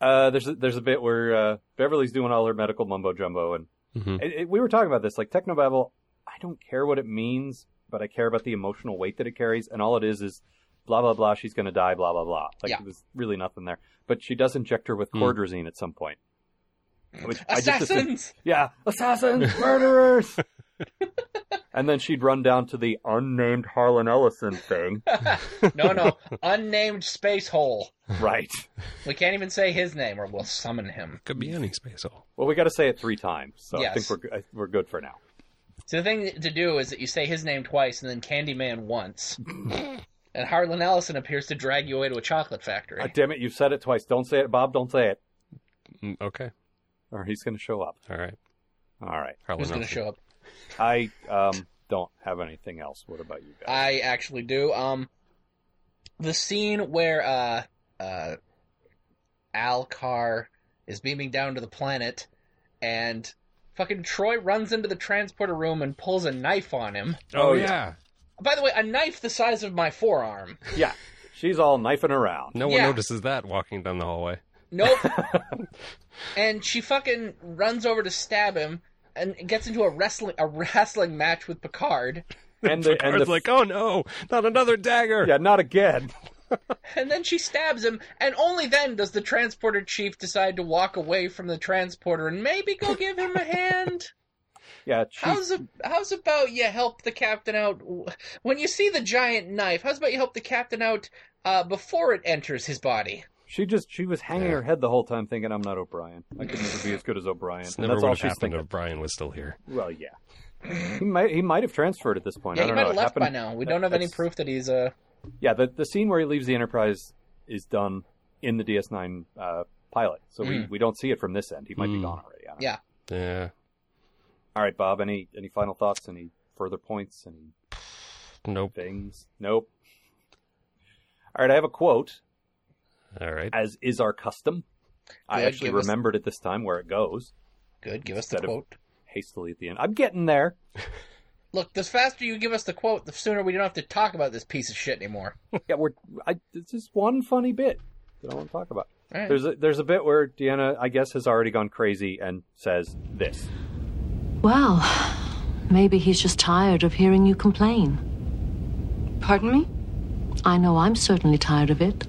[SPEAKER 2] Uh, there's a, there's a bit where uh, Beverly's doing all her medical mumbo jumbo, and
[SPEAKER 3] Mhm.
[SPEAKER 2] it, it- we were talking about this. Like technobabble, I don't care what it means, but I care about the emotional weight that it carries, and all it is is blah blah blah. She's gonna die, blah blah blah. Like
[SPEAKER 4] Yeah.
[SPEAKER 2] there's really nothing there. But she does inject her with
[SPEAKER 3] Hmm.
[SPEAKER 2] cordrazine at some point. Which I just assumed-
[SPEAKER 4] Assassins.
[SPEAKER 2] yeah, assassins, murderers. and then she'd run down to the unnamed Harlan Ellison thing,
[SPEAKER 4] no, no, unnamed space hole.
[SPEAKER 2] right?
[SPEAKER 4] We can't even say his name, or we'll summon him.
[SPEAKER 3] Could be any space Oh, hole.
[SPEAKER 2] Well, we got to say it three times, so I
[SPEAKER 4] Yes.
[SPEAKER 2] think we're go- I- we're good for now.
[SPEAKER 4] So the thing to do is that you say his name twice, and then Candyman once. and Harlan Ellison appears to drag you away to a chocolate factory.
[SPEAKER 2] Ah, damn it, you said it twice. Don't say it, Bob. Don't say it,
[SPEAKER 3] Mm, Okay.
[SPEAKER 2] or he's going to show up.
[SPEAKER 3] All right.
[SPEAKER 2] All right.
[SPEAKER 3] Harlan
[SPEAKER 4] Who's going to
[SPEAKER 3] Ellison.
[SPEAKER 4] show up?
[SPEAKER 2] I um, don't have anything else. What about you guys?
[SPEAKER 4] I actually do. Um, the scene where uh, uh, Alcar is beaming down to the planet, and fucking Troy runs into the transporter room and pulls a knife on him.
[SPEAKER 3] Oh,
[SPEAKER 2] Oh,
[SPEAKER 3] yeah.
[SPEAKER 4] By the way, a knife the size of my forearm.
[SPEAKER 2] Yeah, she's all knifing around.
[SPEAKER 3] No one
[SPEAKER 4] Yeah.
[SPEAKER 3] notices that walking down the hallway.
[SPEAKER 4] Nope. and she fucking runs over to stab him and gets into a wrestling a wrestling match with Picard.
[SPEAKER 2] And the
[SPEAKER 3] And
[SPEAKER 2] and the
[SPEAKER 3] it's like, oh no, not another
[SPEAKER 4] "Oh."
[SPEAKER 3] dagger.
[SPEAKER 2] yeah, not again.
[SPEAKER 4] And then she stabs him, and only then does the transporter chief decide to walk away from the transporter and maybe go give him a hand.
[SPEAKER 2] Yeah, she's,
[SPEAKER 4] How's a, how's about you help the captain out when you see the giant knife? How's about you help the captain out uh, before it enters his body?
[SPEAKER 2] she just she was hanging
[SPEAKER 3] Yeah.
[SPEAKER 2] her head the whole time, thinking, "I'm not O'Brien. I could never be as good as O'Brien."
[SPEAKER 3] This
[SPEAKER 2] And
[SPEAKER 3] never
[SPEAKER 2] that's
[SPEAKER 3] would
[SPEAKER 2] all
[SPEAKER 3] have
[SPEAKER 2] she's
[SPEAKER 3] happened
[SPEAKER 2] thinking.
[SPEAKER 3] if Brian was still here.
[SPEAKER 2] Well, yeah, he might he might have transferred at this point.
[SPEAKER 4] Yeah,
[SPEAKER 2] I
[SPEAKER 4] he
[SPEAKER 2] don't
[SPEAKER 4] might
[SPEAKER 2] know.
[SPEAKER 4] have
[SPEAKER 2] It
[SPEAKER 4] left by
[SPEAKER 2] happened-
[SPEAKER 4] now. We don't have any
[SPEAKER 2] That's-
[SPEAKER 4] proof that he's uh
[SPEAKER 2] Yeah, the the scene where he leaves the Enterprise is done in the DS9 uh, pilot, so we,
[SPEAKER 4] Hmm.
[SPEAKER 2] we don't see it from this end. He might be
[SPEAKER 3] Mm.
[SPEAKER 2] gone already. I don't know.
[SPEAKER 4] yeah.
[SPEAKER 3] Yeah.
[SPEAKER 2] All right, Bob. Any any final thoughts? Any further points? Any
[SPEAKER 3] Nope.
[SPEAKER 2] things? Nope. All right, I have a quote,
[SPEAKER 3] All right.
[SPEAKER 2] as is our custom. I
[SPEAKER 4] Good,
[SPEAKER 2] actually
[SPEAKER 4] give us-
[SPEAKER 2] remembered it this time where it goes
[SPEAKER 4] Good. Give us the
[SPEAKER 2] Instead of-
[SPEAKER 4] quote.
[SPEAKER 2] hastily at the end. I'm getting there.
[SPEAKER 4] Look, the faster you give us the quote, the sooner we don't have to talk about this piece of shit anymore.
[SPEAKER 2] yeah, we're. I, it's just one funny bit that I want to talk about.
[SPEAKER 4] All right.
[SPEAKER 2] There's a, there's a bit where Deanna, I guess, has already gone crazy and says this.
[SPEAKER 5] Well, maybe he's just tired of hearing you complain.
[SPEAKER 6] Pardon me?
[SPEAKER 5] I know I'm certainly tired of it.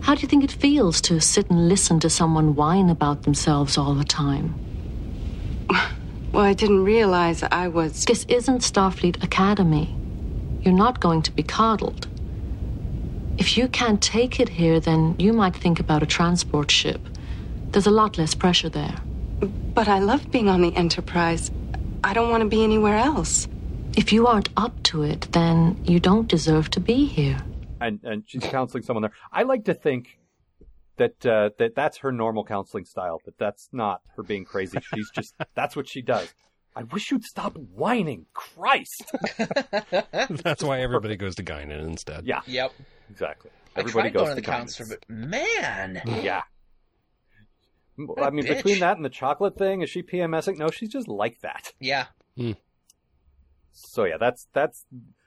[SPEAKER 5] How do you think it feels to sit and listen to someone whine about themselves all the time?
[SPEAKER 6] Well, I didn't realize I was.
[SPEAKER 5] This isn't Starfleet Academy. You're not going to be coddled. If you can't take it here, then you might think about a transport ship. There's a lot less pressure there.
[SPEAKER 6] But I love being on the Enterprise. I don't want to be anywhere else.
[SPEAKER 5] If you aren't up to it, then you don't deserve to be here.
[SPEAKER 2] and and she's counseling someone there. I like to think that uh, that that's her normal counseling style. That that's not her being crazy. She's just that's what she does. I wish you'd stop whining, Christ.
[SPEAKER 3] That's why everybody goes to Guinan instead.
[SPEAKER 2] Yeah,
[SPEAKER 4] Yep.
[SPEAKER 2] exactly.
[SPEAKER 4] I
[SPEAKER 2] Everybody
[SPEAKER 4] tried
[SPEAKER 2] goes
[SPEAKER 4] going to the
[SPEAKER 2] guidance.
[SPEAKER 4] counselor, but man,
[SPEAKER 2] Yeah. Well, I mean,
[SPEAKER 4] bitch.
[SPEAKER 2] between that and the chocolate thing, is she PMSing? No, she's just like that.
[SPEAKER 4] yeah.
[SPEAKER 2] So yeah, that's that's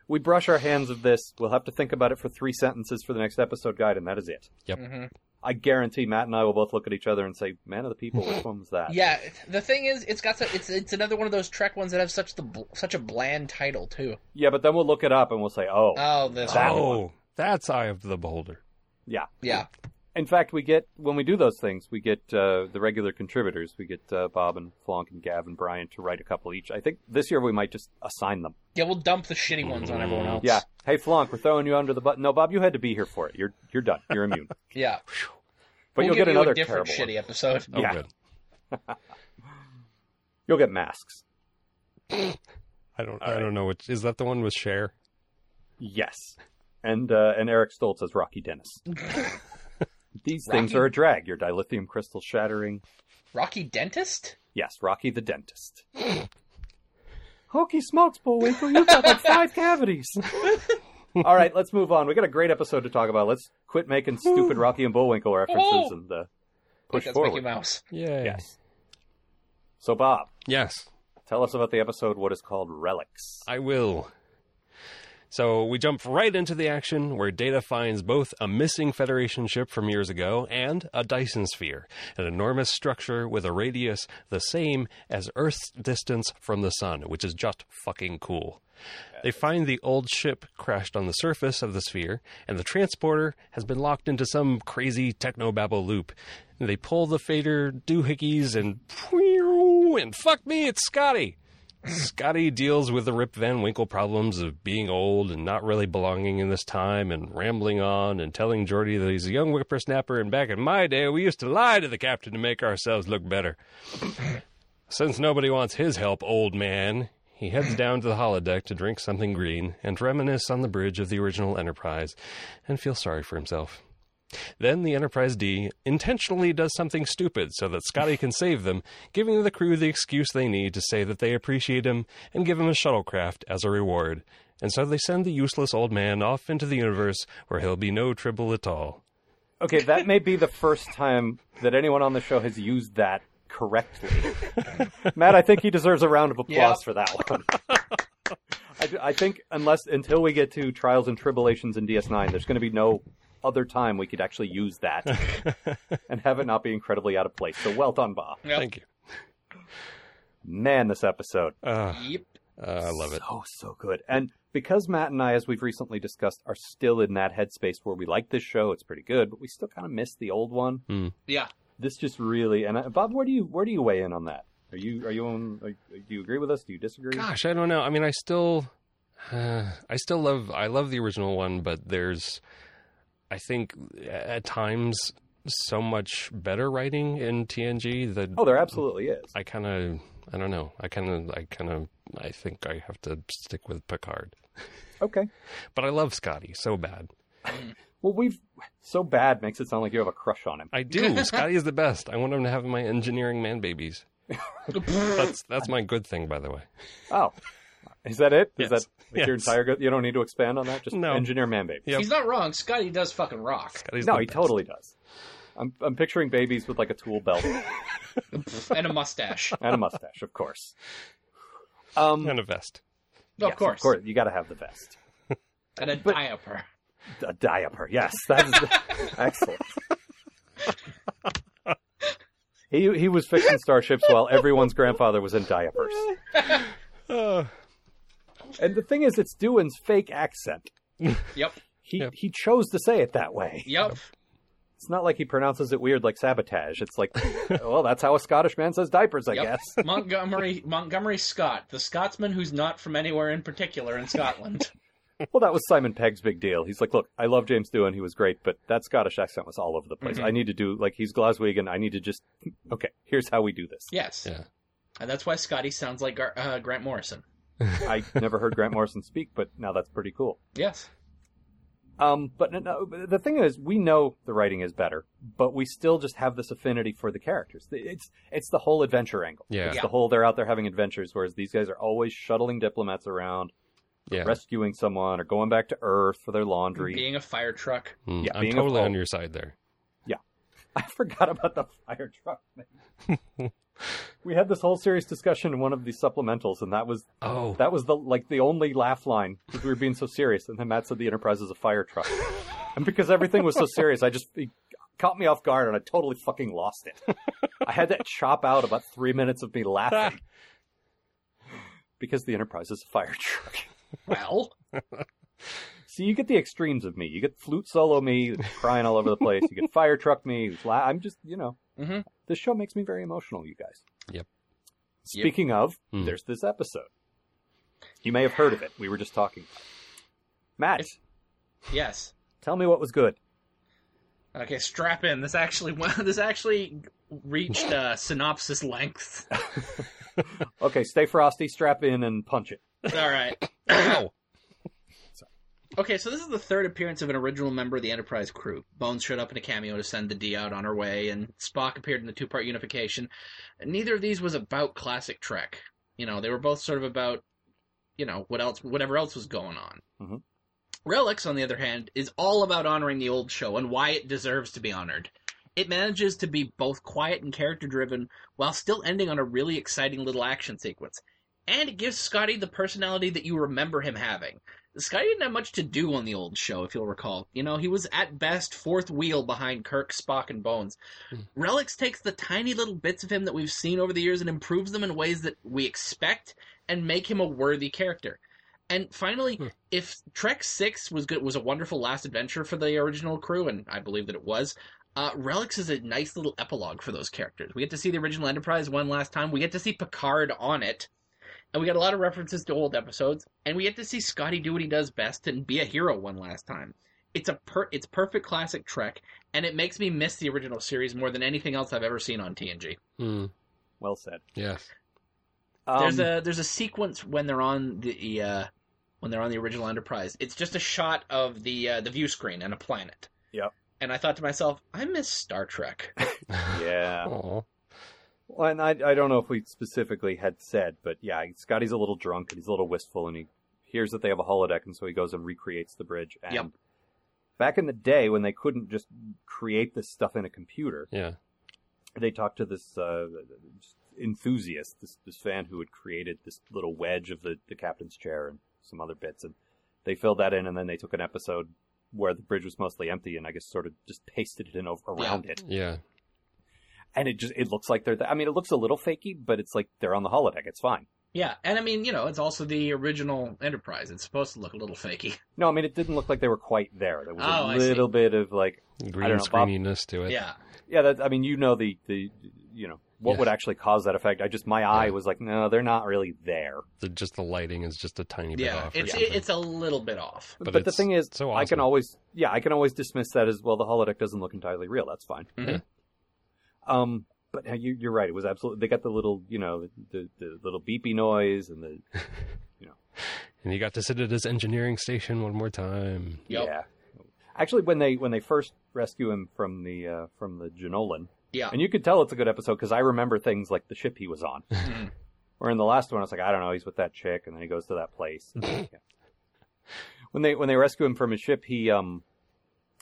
[SPEAKER 2] we brush our hands of this. We'll have to think about it for three sentences for the next episode guide, and that is it.
[SPEAKER 3] Yep.
[SPEAKER 4] hmm
[SPEAKER 2] I guarantee Matt and I will both look at each other and say, "Man of the people, which one was that?"
[SPEAKER 4] Yeah, the thing is, it's got so, it's it's another one of those Trek ones that have such the bl- such a bland title too.
[SPEAKER 2] Yeah, but then we'll look it up and we'll say, "Oh,
[SPEAKER 4] Oh, this
[SPEAKER 2] That
[SPEAKER 3] oh, that's Eye of the Beholder.
[SPEAKER 2] yeah."
[SPEAKER 4] yeah,
[SPEAKER 2] In fact, we get when we do those things, we get uh, the regular contributors. We get uh, Bob and Flonk and Gav and Brian to write a couple each. I think this year we might just assign them.
[SPEAKER 4] yeah. We'll dump the shitty ones on everyone else.
[SPEAKER 2] Yeah. Hey, Flonk, we're throwing you under the bus. No, Bob, you had to be here for it. You're you're done. You're immune.
[SPEAKER 4] yeah.
[SPEAKER 2] But
[SPEAKER 4] We'll
[SPEAKER 2] you'll
[SPEAKER 4] give
[SPEAKER 2] get
[SPEAKER 4] you
[SPEAKER 2] another
[SPEAKER 4] a different
[SPEAKER 2] terrible one.
[SPEAKER 4] shitty episode.
[SPEAKER 3] Oh,
[SPEAKER 2] Yeah.
[SPEAKER 3] good.
[SPEAKER 2] You'll get masks.
[SPEAKER 3] I don't. I don't know which is that. The one with Cher.
[SPEAKER 2] Yes. And uh, and Eric Stoltz as Rocky Dennis. These things are a drag. Your dilithium crystal shattering.
[SPEAKER 4] Rocky Dentist.
[SPEAKER 2] Yes, Rocky the dentist. Hokey smokes, Bullwinkle. You've got like five cavities. All right, let's move on. We got a great episode to talk about. Let's quit making stupid Rocky and Bullwinkle references and uh, push
[SPEAKER 4] That's Mickey
[SPEAKER 2] forward.
[SPEAKER 4] Mouse.
[SPEAKER 3] Yeah.
[SPEAKER 2] Yes. So, Bob,
[SPEAKER 3] Yes.
[SPEAKER 2] tell us about the episode. What is called Relics?
[SPEAKER 3] I will. So we jump right into the action where Data finds both a missing Federation ship from years ago and a Dyson sphere, an enormous structure with a radius the same as Earth's distance from the sun, which is just fucking cool. They find the old ship crashed on the surface of the sphere, and the transporter has been locked into some crazy technobabble loop. They pull the fader doohickeys and and fuck me, it's Scotty. Scotty deals with the Rip Van Winkle problems of being old and not really belonging in this time and rambling on and telling Jordy that he's a young whippersnapper and back in my day we used to lie to the captain to make ourselves look better. Since nobody wants his help, old man, he heads down to the holodeck to drink something green and reminisce on the bridge of the original Enterprise and feel sorry for himself. Then the Enterprise D intentionally does something stupid so that Scotty can save them, giving the crew the excuse they need to say that they appreciate him and give him a shuttlecraft as a reward. And so they send the useless old man off into the universe where he'll be no tribble at all.
[SPEAKER 2] Okay, that may be the first time that anyone on the show has used that correctly. Matt, I think he deserves a round of applause
[SPEAKER 4] Yeah.
[SPEAKER 2] for that one. I, I think unless until we get to Trials and Tribulations in DS9, there's going to be no other time we could actually use that and have it not be incredibly out of place. So well done, Bob.
[SPEAKER 4] Yep.
[SPEAKER 3] Thank you.
[SPEAKER 2] Man, this episode.
[SPEAKER 3] Uh,
[SPEAKER 4] Yep.
[SPEAKER 3] I love it.
[SPEAKER 2] So, so good. And because Matt and I, as we've recently discussed, are still in that headspace where we like this show, it's pretty good, but we still kind of miss the old one.
[SPEAKER 4] Yeah.
[SPEAKER 2] this just really and I, Bob, where do you where do you weigh in on that? Are you are you on? Are, do you agree with us? Do you disagree?
[SPEAKER 3] Gosh, I don't know. I mean, I still, uh, I still love, I love the original one, but there's, I think, at times, so much better writing in TNG that
[SPEAKER 2] Oh, there absolutely is.
[SPEAKER 3] I kind of, I don't know. I kind of, I kind of, I think I have to stick with Picard.
[SPEAKER 2] Okay.
[SPEAKER 3] But I love Scotty so bad.
[SPEAKER 2] Well, we've so bad makes it sound like you have a crush on him.
[SPEAKER 3] I do. Scotty is the best. I want him to have my engineering man babies. that's that's my good thing, by the way.
[SPEAKER 2] Oh, is that it? Is
[SPEAKER 3] Yes.
[SPEAKER 2] that like your
[SPEAKER 3] Yes.
[SPEAKER 2] entire? Go- you don't need to expand on that. Just
[SPEAKER 3] No.
[SPEAKER 2] engineer man baby.
[SPEAKER 3] Yep.
[SPEAKER 4] He's not wrong. Scotty does fucking rock,
[SPEAKER 3] Scotty's
[SPEAKER 2] No,
[SPEAKER 3] the
[SPEAKER 2] he
[SPEAKER 3] best.
[SPEAKER 2] totally does. I'm I'm picturing babies with like a tool belt and
[SPEAKER 4] and a mustache.
[SPEAKER 2] a mustache, of course. Um,
[SPEAKER 3] and a vest.
[SPEAKER 4] of course,
[SPEAKER 2] of course, you got to have the vest.
[SPEAKER 4] and a diaper.
[SPEAKER 2] A diaper. Yes, that's excellent. He he was fixing starships while everyone's grandfather was in diapers.
[SPEAKER 4] Uh,
[SPEAKER 3] Oh,
[SPEAKER 2] And the thing is, it's Dewan's fake accent.
[SPEAKER 4] Yep.
[SPEAKER 2] He
[SPEAKER 3] Yep.
[SPEAKER 2] he chose to say it that way.
[SPEAKER 4] Yep.
[SPEAKER 2] It's not like he pronounces it weird like sabotage. It's like, well, that's how a Scottish man says diapers, I
[SPEAKER 4] Yep.
[SPEAKER 2] guess.
[SPEAKER 4] Montgomery Montgomery Scott, the Scotsman who's not from anywhere in particular in Scotland.
[SPEAKER 2] Well, that was Simon Pegg's big deal. He's like, look, I love James Dewan. He was great, but that Scottish accent was all over the place. I need to do like he's Glaswegian. I need to just okay. Here's how we do this.
[SPEAKER 4] Yes.
[SPEAKER 3] Yeah.
[SPEAKER 4] And that's why Scotty sounds like Gar- uh, Grant Morrison.
[SPEAKER 2] I never heard Grant Morrison speak, but now that's pretty cool.
[SPEAKER 4] Yes.
[SPEAKER 2] Um, but no, no, the thing is, we know the writing is better, but we still just have this affinity for the characters. It's it's the whole adventure angle.
[SPEAKER 3] Yeah.
[SPEAKER 2] It's
[SPEAKER 4] Yeah.
[SPEAKER 2] the whole they're out there having adventures, whereas these guys are always shuttling diplomats around,
[SPEAKER 3] yeah.
[SPEAKER 2] rescuing someone, or going back to Earth for their laundry.
[SPEAKER 4] Being a fire truck.
[SPEAKER 3] Mm,
[SPEAKER 2] yeah,
[SPEAKER 3] I'm
[SPEAKER 2] being a
[SPEAKER 3] totally
[SPEAKER 2] foe.
[SPEAKER 3] on your side there.
[SPEAKER 2] I forgot about the fire truck. Thing. we had this whole serious discussion in one of the supplementals, and that was
[SPEAKER 3] Oh,
[SPEAKER 2] that was the like the only laugh line because we were being so serious. And then Matt said the Enterprise is a fire truck, and because everything was so serious, I just caught me off guard and I totally fucking lost it. I had that chop out about three minutes of me laughing because the Enterprise is a fire truck.
[SPEAKER 4] Well,
[SPEAKER 2] So you get the extremes of me. You get flute solo me, that's crying all over the place. You get fire truck me. who's La- I'm just, you know,
[SPEAKER 4] Mhm.
[SPEAKER 2] this show makes me very emotional, you guys.
[SPEAKER 3] Mm-hmm. Yep.
[SPEAKER 2] Speaking of,
[SPEAKER 3] Mm.
[SPEAKER 2] there's this episode. You may have heard of it. We were just talking. about it. Matt,
[SPEAKER 4] It's- yes.
[SPEAKER 2] tell me what was good.
[SPEAKER 4] Okay, strap in. This actually went, this actually reached uh, synopsis length.
[SPEAKER 2] Okay, stay frosty, strap in, and punch it.
[SPEAKER 4] All right.
[SPEAKER 3] Ow.
[SPEAKER 4] Okay, so this is the third appearance of an original member of the Enterprise crew. Bones showed up in a cameo to send the D out on her way, and Spock appeared in the two part unification. Neither of these was about classic Trek. You know, they were both sort of about, you know, what else, whatever else was going on.
[SPEAKER 2] Mhm.
[SPEAKER 4] Relics, on the other hand, is all about honoring the old show and why it deserves to be honored. It manages to be both quiet and character driven while still ending on a really exciting little action sequence. And it gives Scotty the personality that you remember him having. Scotty didn't have much to do on the old show, if you'll recall. You know, he was at best fourth wheel behind Kirk, Spock, and Bones. Relics takes the tiny little bits of him that we've seen over the years and improves them in ways that we expect and make him a worthy character. And finally, if Trek Six was good, was a wonderful last adventure for the original crew, and I believe that it was. Uh, Relics is a nice little epilogue for those characters. We get to see the original Enterprise one last time. We get to see Picard on it and we got a lot of references to old episodes, and we get to see Scotty do what he does best and be a hero one last time. It's a per- it's perfect classic Trek, and it makes me miss the original series more than anything else I've ever seen on TNG.
[SPEAKER 3] Hmm.
[SPEAKER 2] Well said.
[SPEAKER 3] Yes.
[SPEAKER 2] Um,
[SPEAKER 4] there's a there's a sequence when they're on the uh, when they're on the original Enterprise. It's just a shot of the uh, the view screen and a planet.
[SPEAKER 2] Yep.
[SPEAKER 4] And I thought to myself, I miss Star Trek.
[SPEAKER 2] Yeah.
[SPEAKER 3] Aw.
[SPEAKER 2] Well, and I, I don't know if we specifically had said, but yeah, Scotty's a little drunk and he's a little wistful, and he hears that they have a holodeck, and so he goes and recreates the bridge. And
[SPEAKER 4] Yep.
[SPEAKER 2] back in the day when they couldn't just create this stuff in a computer,
[SPEAKER 3] Yeah.
[SPEAKER 2] they talked to this uh, enthusiast, this, this fan who had created this little wedge of the, the captain's chair and some other bits, and they filled that in, and then they took an episode where the bridge was mostly empty, and I guess sort of just pasted it in over, around it
[SPEAKER 3] Yeah.
[SPEAKER 2] and it just it looks like they're. I mean, it looks a little fakey, but it's like they're on the holodeck. It's fine.
[SPEAKER 4] yeah, and I mean, you know, it's also the original Enterprise. It's supposed to look a little fakey.
[SPEAKER 2] No, I mean it didn't look like they were quite there. There was
[SPEAKER 4] Oh,
[SPEAKER 2] a
[SPEAKER 4] I see.
[SPEAKER 2] little bit of like,
[SPEAKER 3] Green
[SPEAKER 2] know, Bob-
[SPEAKER 3] screeniness to it.
[SPEAKER 4] Yeah.
[SPEAKER 2] yeah. That, I mean, you know the the you know what
[SPEAKER 3] Yes.
[SPEAKER 2] would actually cause that effect. I just my eye
[SPEAKER 3] Yeah.
[SPEAKER 2] was like, no, they're not really there.
[SPEAKER 3] The, just the lighting is just a tiny bit
[SPEAKER 4] Yeah,
[SPEAKER 3] off. or
[SPEAKER 4] it's
[SPEAKER 3] something.
[SPEAKER 4] it's a little bit off.
[SPEAKER 3] But
[SPEAKER 2] But, the
[SPEAKER 3] it's
[SPEAKER 2] thing is,
[SPEAKER 3] so
[SPEAKER 2] I can
[SPEAKER 3] awesome.
[SPEAKER 2] always yeah, I can always dismiss that as well. The holodeck doesn't look entirely real. That's fine.
[SPEAKER 3] Mm-hmm.
[SPEAKER 4] Mhm.
[SPEAKER 2] Um, but uh, you, you're right. It was absolutely. They got the little you know the, the little beepy noise and the
[SPEAKER 3] And he got to sit at his engineering station one more time.
[SPEAKER 4] Yep.
[SPEAKER 2] yeah. Actually, when they when they first rescue him from the uh, from the Janolan,
[SPEAKER 4] Yeah.
[SPEAKER 2] And you could tell it's a good episode because I remember things like the ship he was on. or in the last one, I was like, I don't know, he's with that chick, and then he goes to that place. Yeah. When they when they rescue him from his ship, he um,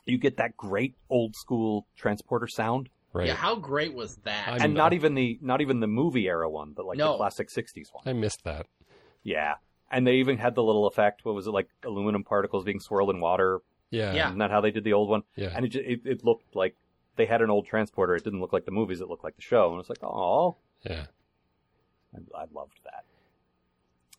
[SPEAKER 2] you get that great old school transporter sound,
[SPEAKER 3] Right.
[SPEAKER 4] Yeah, how great was that?
[SPEAKER 3] I'm-
[SPEAKER 2] and not even the not even the movie era one, but like the
[SPEAKER 4] No.
[SPEAKER 2] classic '60s one.
[SPEAKER 3] I missed that.
[SPEAKER 2] Yeah, and they even had the little effect. What was it like? Aluminum particles being swirled in water.
[SPEAKER 3] Yeah.
[SPEAKER 4] Yeah.
[SPEAKER 2] Isn't that how they did the old one?
[SPEAKER 3] Yeah.
[SPEAKER 2] And it, ju- it it looked like they had an old transporter. It didn't look like the movies. It looked like the show, and it's like, oh,
[SPEAKER 3] Yeah.
[SPEAKER 2] I, I loved that.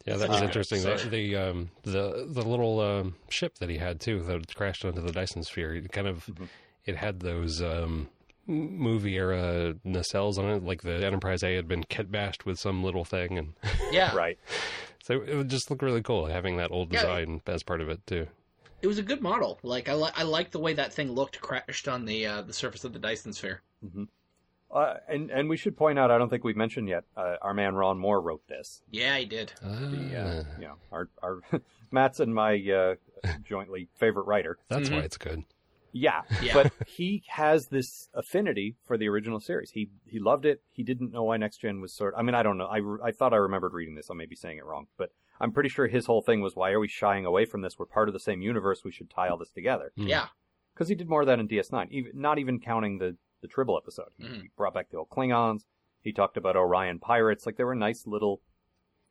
[SPEAKER 3] Yeah, that
[SPEAKER 4] Such
[SPEAKER 3] was
[SPEAKER 4] a good
[SPEAKER 3] interesting. The,
[SPEAKER 4] episode.
[SPEAKER 3] the um the the little um, ship that he had too that crashed onto the Dyson sphere. It kind of
[SPEAKER 4] Mm-hmm.
[SPEAKER 3] it had those um m- movie era nacelles on it, like the Enterprise A had been kit bashed with some little thing, and
[SPEAKER 4] yeah.
[SPEAKER 2] Right.
[SPEAKER 3] so it would just look really cool having that old
[SPEAKER 4] Yeah.
[SPEAKER 3] design as part of it too.
[SPEAKER 4] It was a good model. Like I li- I like the way that thing looked crashed on the uh, the surface of the Dyson sphere.
[SPEAKER 2] Uh, and and we should point out, I don't think we mentioned yet. Uh, our man Ron Moore wrote this.
[SPEAKER 4] Yeah, he did.
[SPEAKER 3] Ah,
[SPEAKER 2] You know, our our Matt's and my uh, jointly favorite writer.
[SPEAKER 3] that's why
[SPEAKER 4] Mhm.
[SPEAKER 3] it's good.
[SPEAKER 2] Yeah,
[SPEAKER 4] Yeah.
[SPEAKER 2] but he has this affinity for the original series. He he loved it. He didn't know why Next Gen was sort. I mean, I don't know. I re- I thought I remembered reading this. I may be saying it wrong, but I'm pretty sure his whole thing was, why are we shying away from this? We're part of the same universe. We should tie all this together.
[SPEAKER 3] Mm.
[SPEAKER 4] Yeah,
[SPEAKER 2] Because he did more of that in DS9, even not even counting the the Tribble episode. He,
[SPEAKER 4] Mhm.
[SPEAKER 2] he brought back the old Klingons. He talked about Orion pirates. Like there were nice little.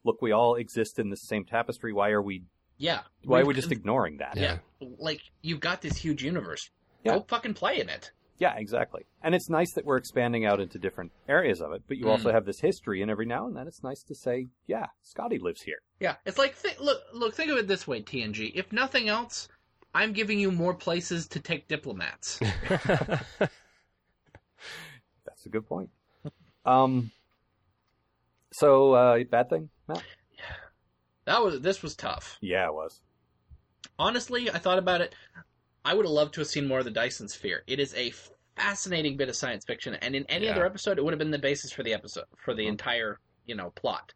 [SPEAKER 2] Look, we all exist in the same tapestry. Why are we?
[SPEAKER 4] yeah.
[SPEAKER 2] Why are we just ignoring that?
[SPEAKER 4] yeah. Like you've got this huge universe.
[SPEAKER 2] Yeah.
[SPEAKER 4] Go fucking play in it.
[SPEAKER 2] Yeah, exactly. And it's nice that we're expanding out into different areas of it, but you also have this history, and every now and then it's nice to say, yeah, Scotty lives here.
[SPEAKER 4] Yeah, it's like th- look, look, think of it this way, TNG. If nothing else, I'm giving you more places to take diplomats.
[SPEAKER 2] That's a good point. Um, so, uh, bad thing, Matt?
[SPEAKER 4] that was this was tough.
[SPEAKER 2] Yeah, it was.
[SPEAKER 4] Honestly, I thought about it. I would have loved to have seen more of the Dyson Sphere. It is a fascinating bit of science fiction, and in any
[SPEAKER 3] Yeah. Mm-hmm.
[SPEAKER 4] other episode, it would have been the basis for the episode for the entire you know plot.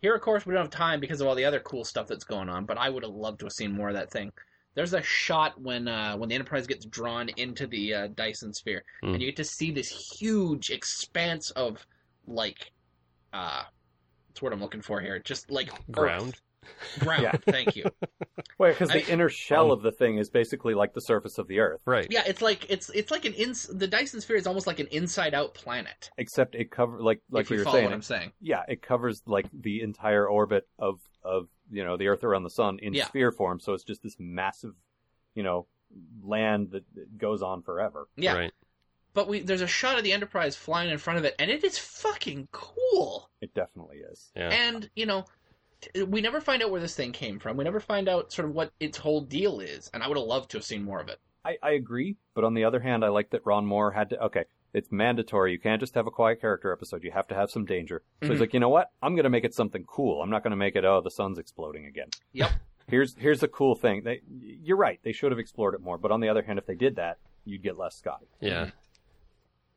[SPEAKER 4] Here, of course, we don't have time because of all the other cool stuff that's going on. But I would have loved to have seen more of that thing. There's a shot when uh, when the Enterprise gets drawn into the uh, Dyson Sphere,
[SPEAKER 3] Hmm.
[SPEAKER 4] and you get to see this huge expanse of like, uh, that's what I'm looking for here. Just like Earth.
[SPEAKER 3] Ground.
[SPEAKER 4] ground.
[SPEAKER 2] Yeah.
[SPEAKER 4] Thank you.
[SPEAKER 2] Well, because the
[SPEAKER 4] I-
[SPEAKER 2] inner shell of the thing is basically like the surface of the Earth,
[SPEAKER 3] Right.
[SPEAKER 4] Yeah, it's like it's it's like an ins the Dyson sphere is almost like an inside out planet.
[SPEAKER 2] except it cover like like
[SPEAKER 4] if you
[SPEAKER 2] we were
[SPEAKER 4] follow
[SPEAKER 2] saying,
[SPEAKER 4] what I'm saying.
[SPEAKER 2] yeah, it covers like the entire orbit of of you know the Earth around the Sun in
[SPEAKER 4] Yeah.
[SPEAKER 2] sphere form. So it's just this massive, you know, land that that goes on forever.
[SPEAKER 4] Yeah.
[SPEAKER 3] Right.
[SPEAKER 4] But we there's a shot of the Enterprise flying in front of it and it is fucking cool.
[SPEAKER 2] It definitely is.
[SPEAKER 3] Yeah.
[SPEAKER 4] And, you know, t- we never find out where this thing came from. We never find out sort of what its whole deal is, and I would have loved to have seen more of it.
[SPEAKER 2] I, I agree, but on the other hand, I like that Ron Moore had to. Okay, it's mandatory. You can't just have a quiet character episode. You have to have some danger. So he's
[SPEAKER 4] Mhm.
[SPEAKER 2] like, you know what? I'm going to make it something cool. I'm not going to make it. Oh, the sun's exploding again.
[SPEAKER 4] Yep.
[SPEAKER 2] Here's here's a cool thing. They, you're right. They should have explored it more. But on the other hand, if they did that, you'd get less Scotty.
[SPEAKER 3] yeah.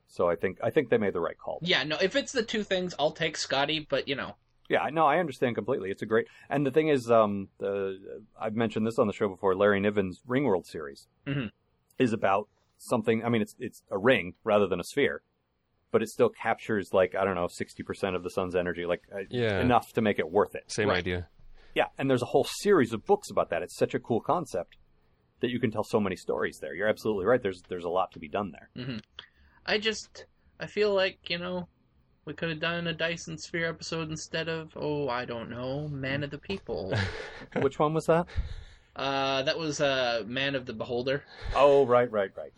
[SPEAKER 2] So I think I think they made the right call.
[SPEAKER 4] Yeah, no, if it's the two things, I'll take Scotty, but you know,
[SPEAKER 2] Yeah, I- no, I understand completely. It's a great, and the thing is, um, the I've mentioned this on the show before. Larry Niven's Ringworld series
[SPEAKER 4] Mhm.
[SPEAKER 2] is about something. I mean, it's it's a ring rather than a sphere, but it still captures like I don't know sixty percent of the sun's energy, like uh,
[SPEAKER 3] Yeah.
[SPEAKER 2] enough to make it worth it.
[SPEAKER 3] Same
[SPEAKER 4] Right.
[SPEAKER 3] idea.
[SPEAKER 2] Yeah, and there's a whole series of books about that. It's such a cool concept that you can tell so many stories there. You're absolutely right. There's there's a lot to be done there.
[SPEAKER 4] I just I feel like, you know, we could have done a Dyson sphere episode instead of oh, I don't know, Man of the People.
[SPEAKER 2] Which one was that?
[SPEAKER 4] Uh, that was uh, Man of the Beholder,
[SPEAKER 2] Oh, right, right, right.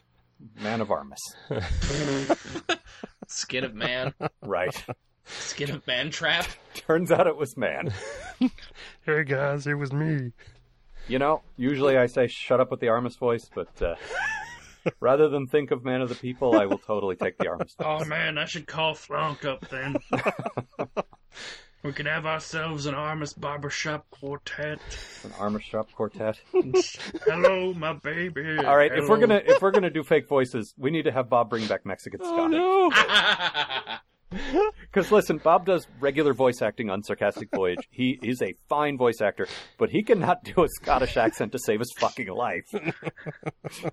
[SPEAKER 2] Man of Armas.
[SPEAKER 4] Skin of Man,
[SPEAKER 2] Right.
[SPEAKER 4] Skin of Man Trap.
[SPEAKER 2] Turns out it was man.
[SPEAKER 3] Hey guys, it was me.
[SPEAKER 2] You know, usually I say shut up with the Armist voice, but uh, rather than think of Man of the People, I will totally take the Armist voice.
[SPEAKER 4] Oh man, I should call Flonk up then. we could have ourselves an Armist barbershop quartet.
[SPEAKER 2] An Armist Shop Quartet.
[SPEAKER 4] Hello, my baby.
[SPEAKER 2] All right, if we're gonna if we're gonna do fake voices, we need to have Bob bring back Mexican Scotty.
[SPEAKER 3] No.
[SPEAKER 2] Because listen, Bob does regular voice acting on Sarcastic Voyage. He is a fine voice actor, but he cannot do a Scottish accent to save his fucking life.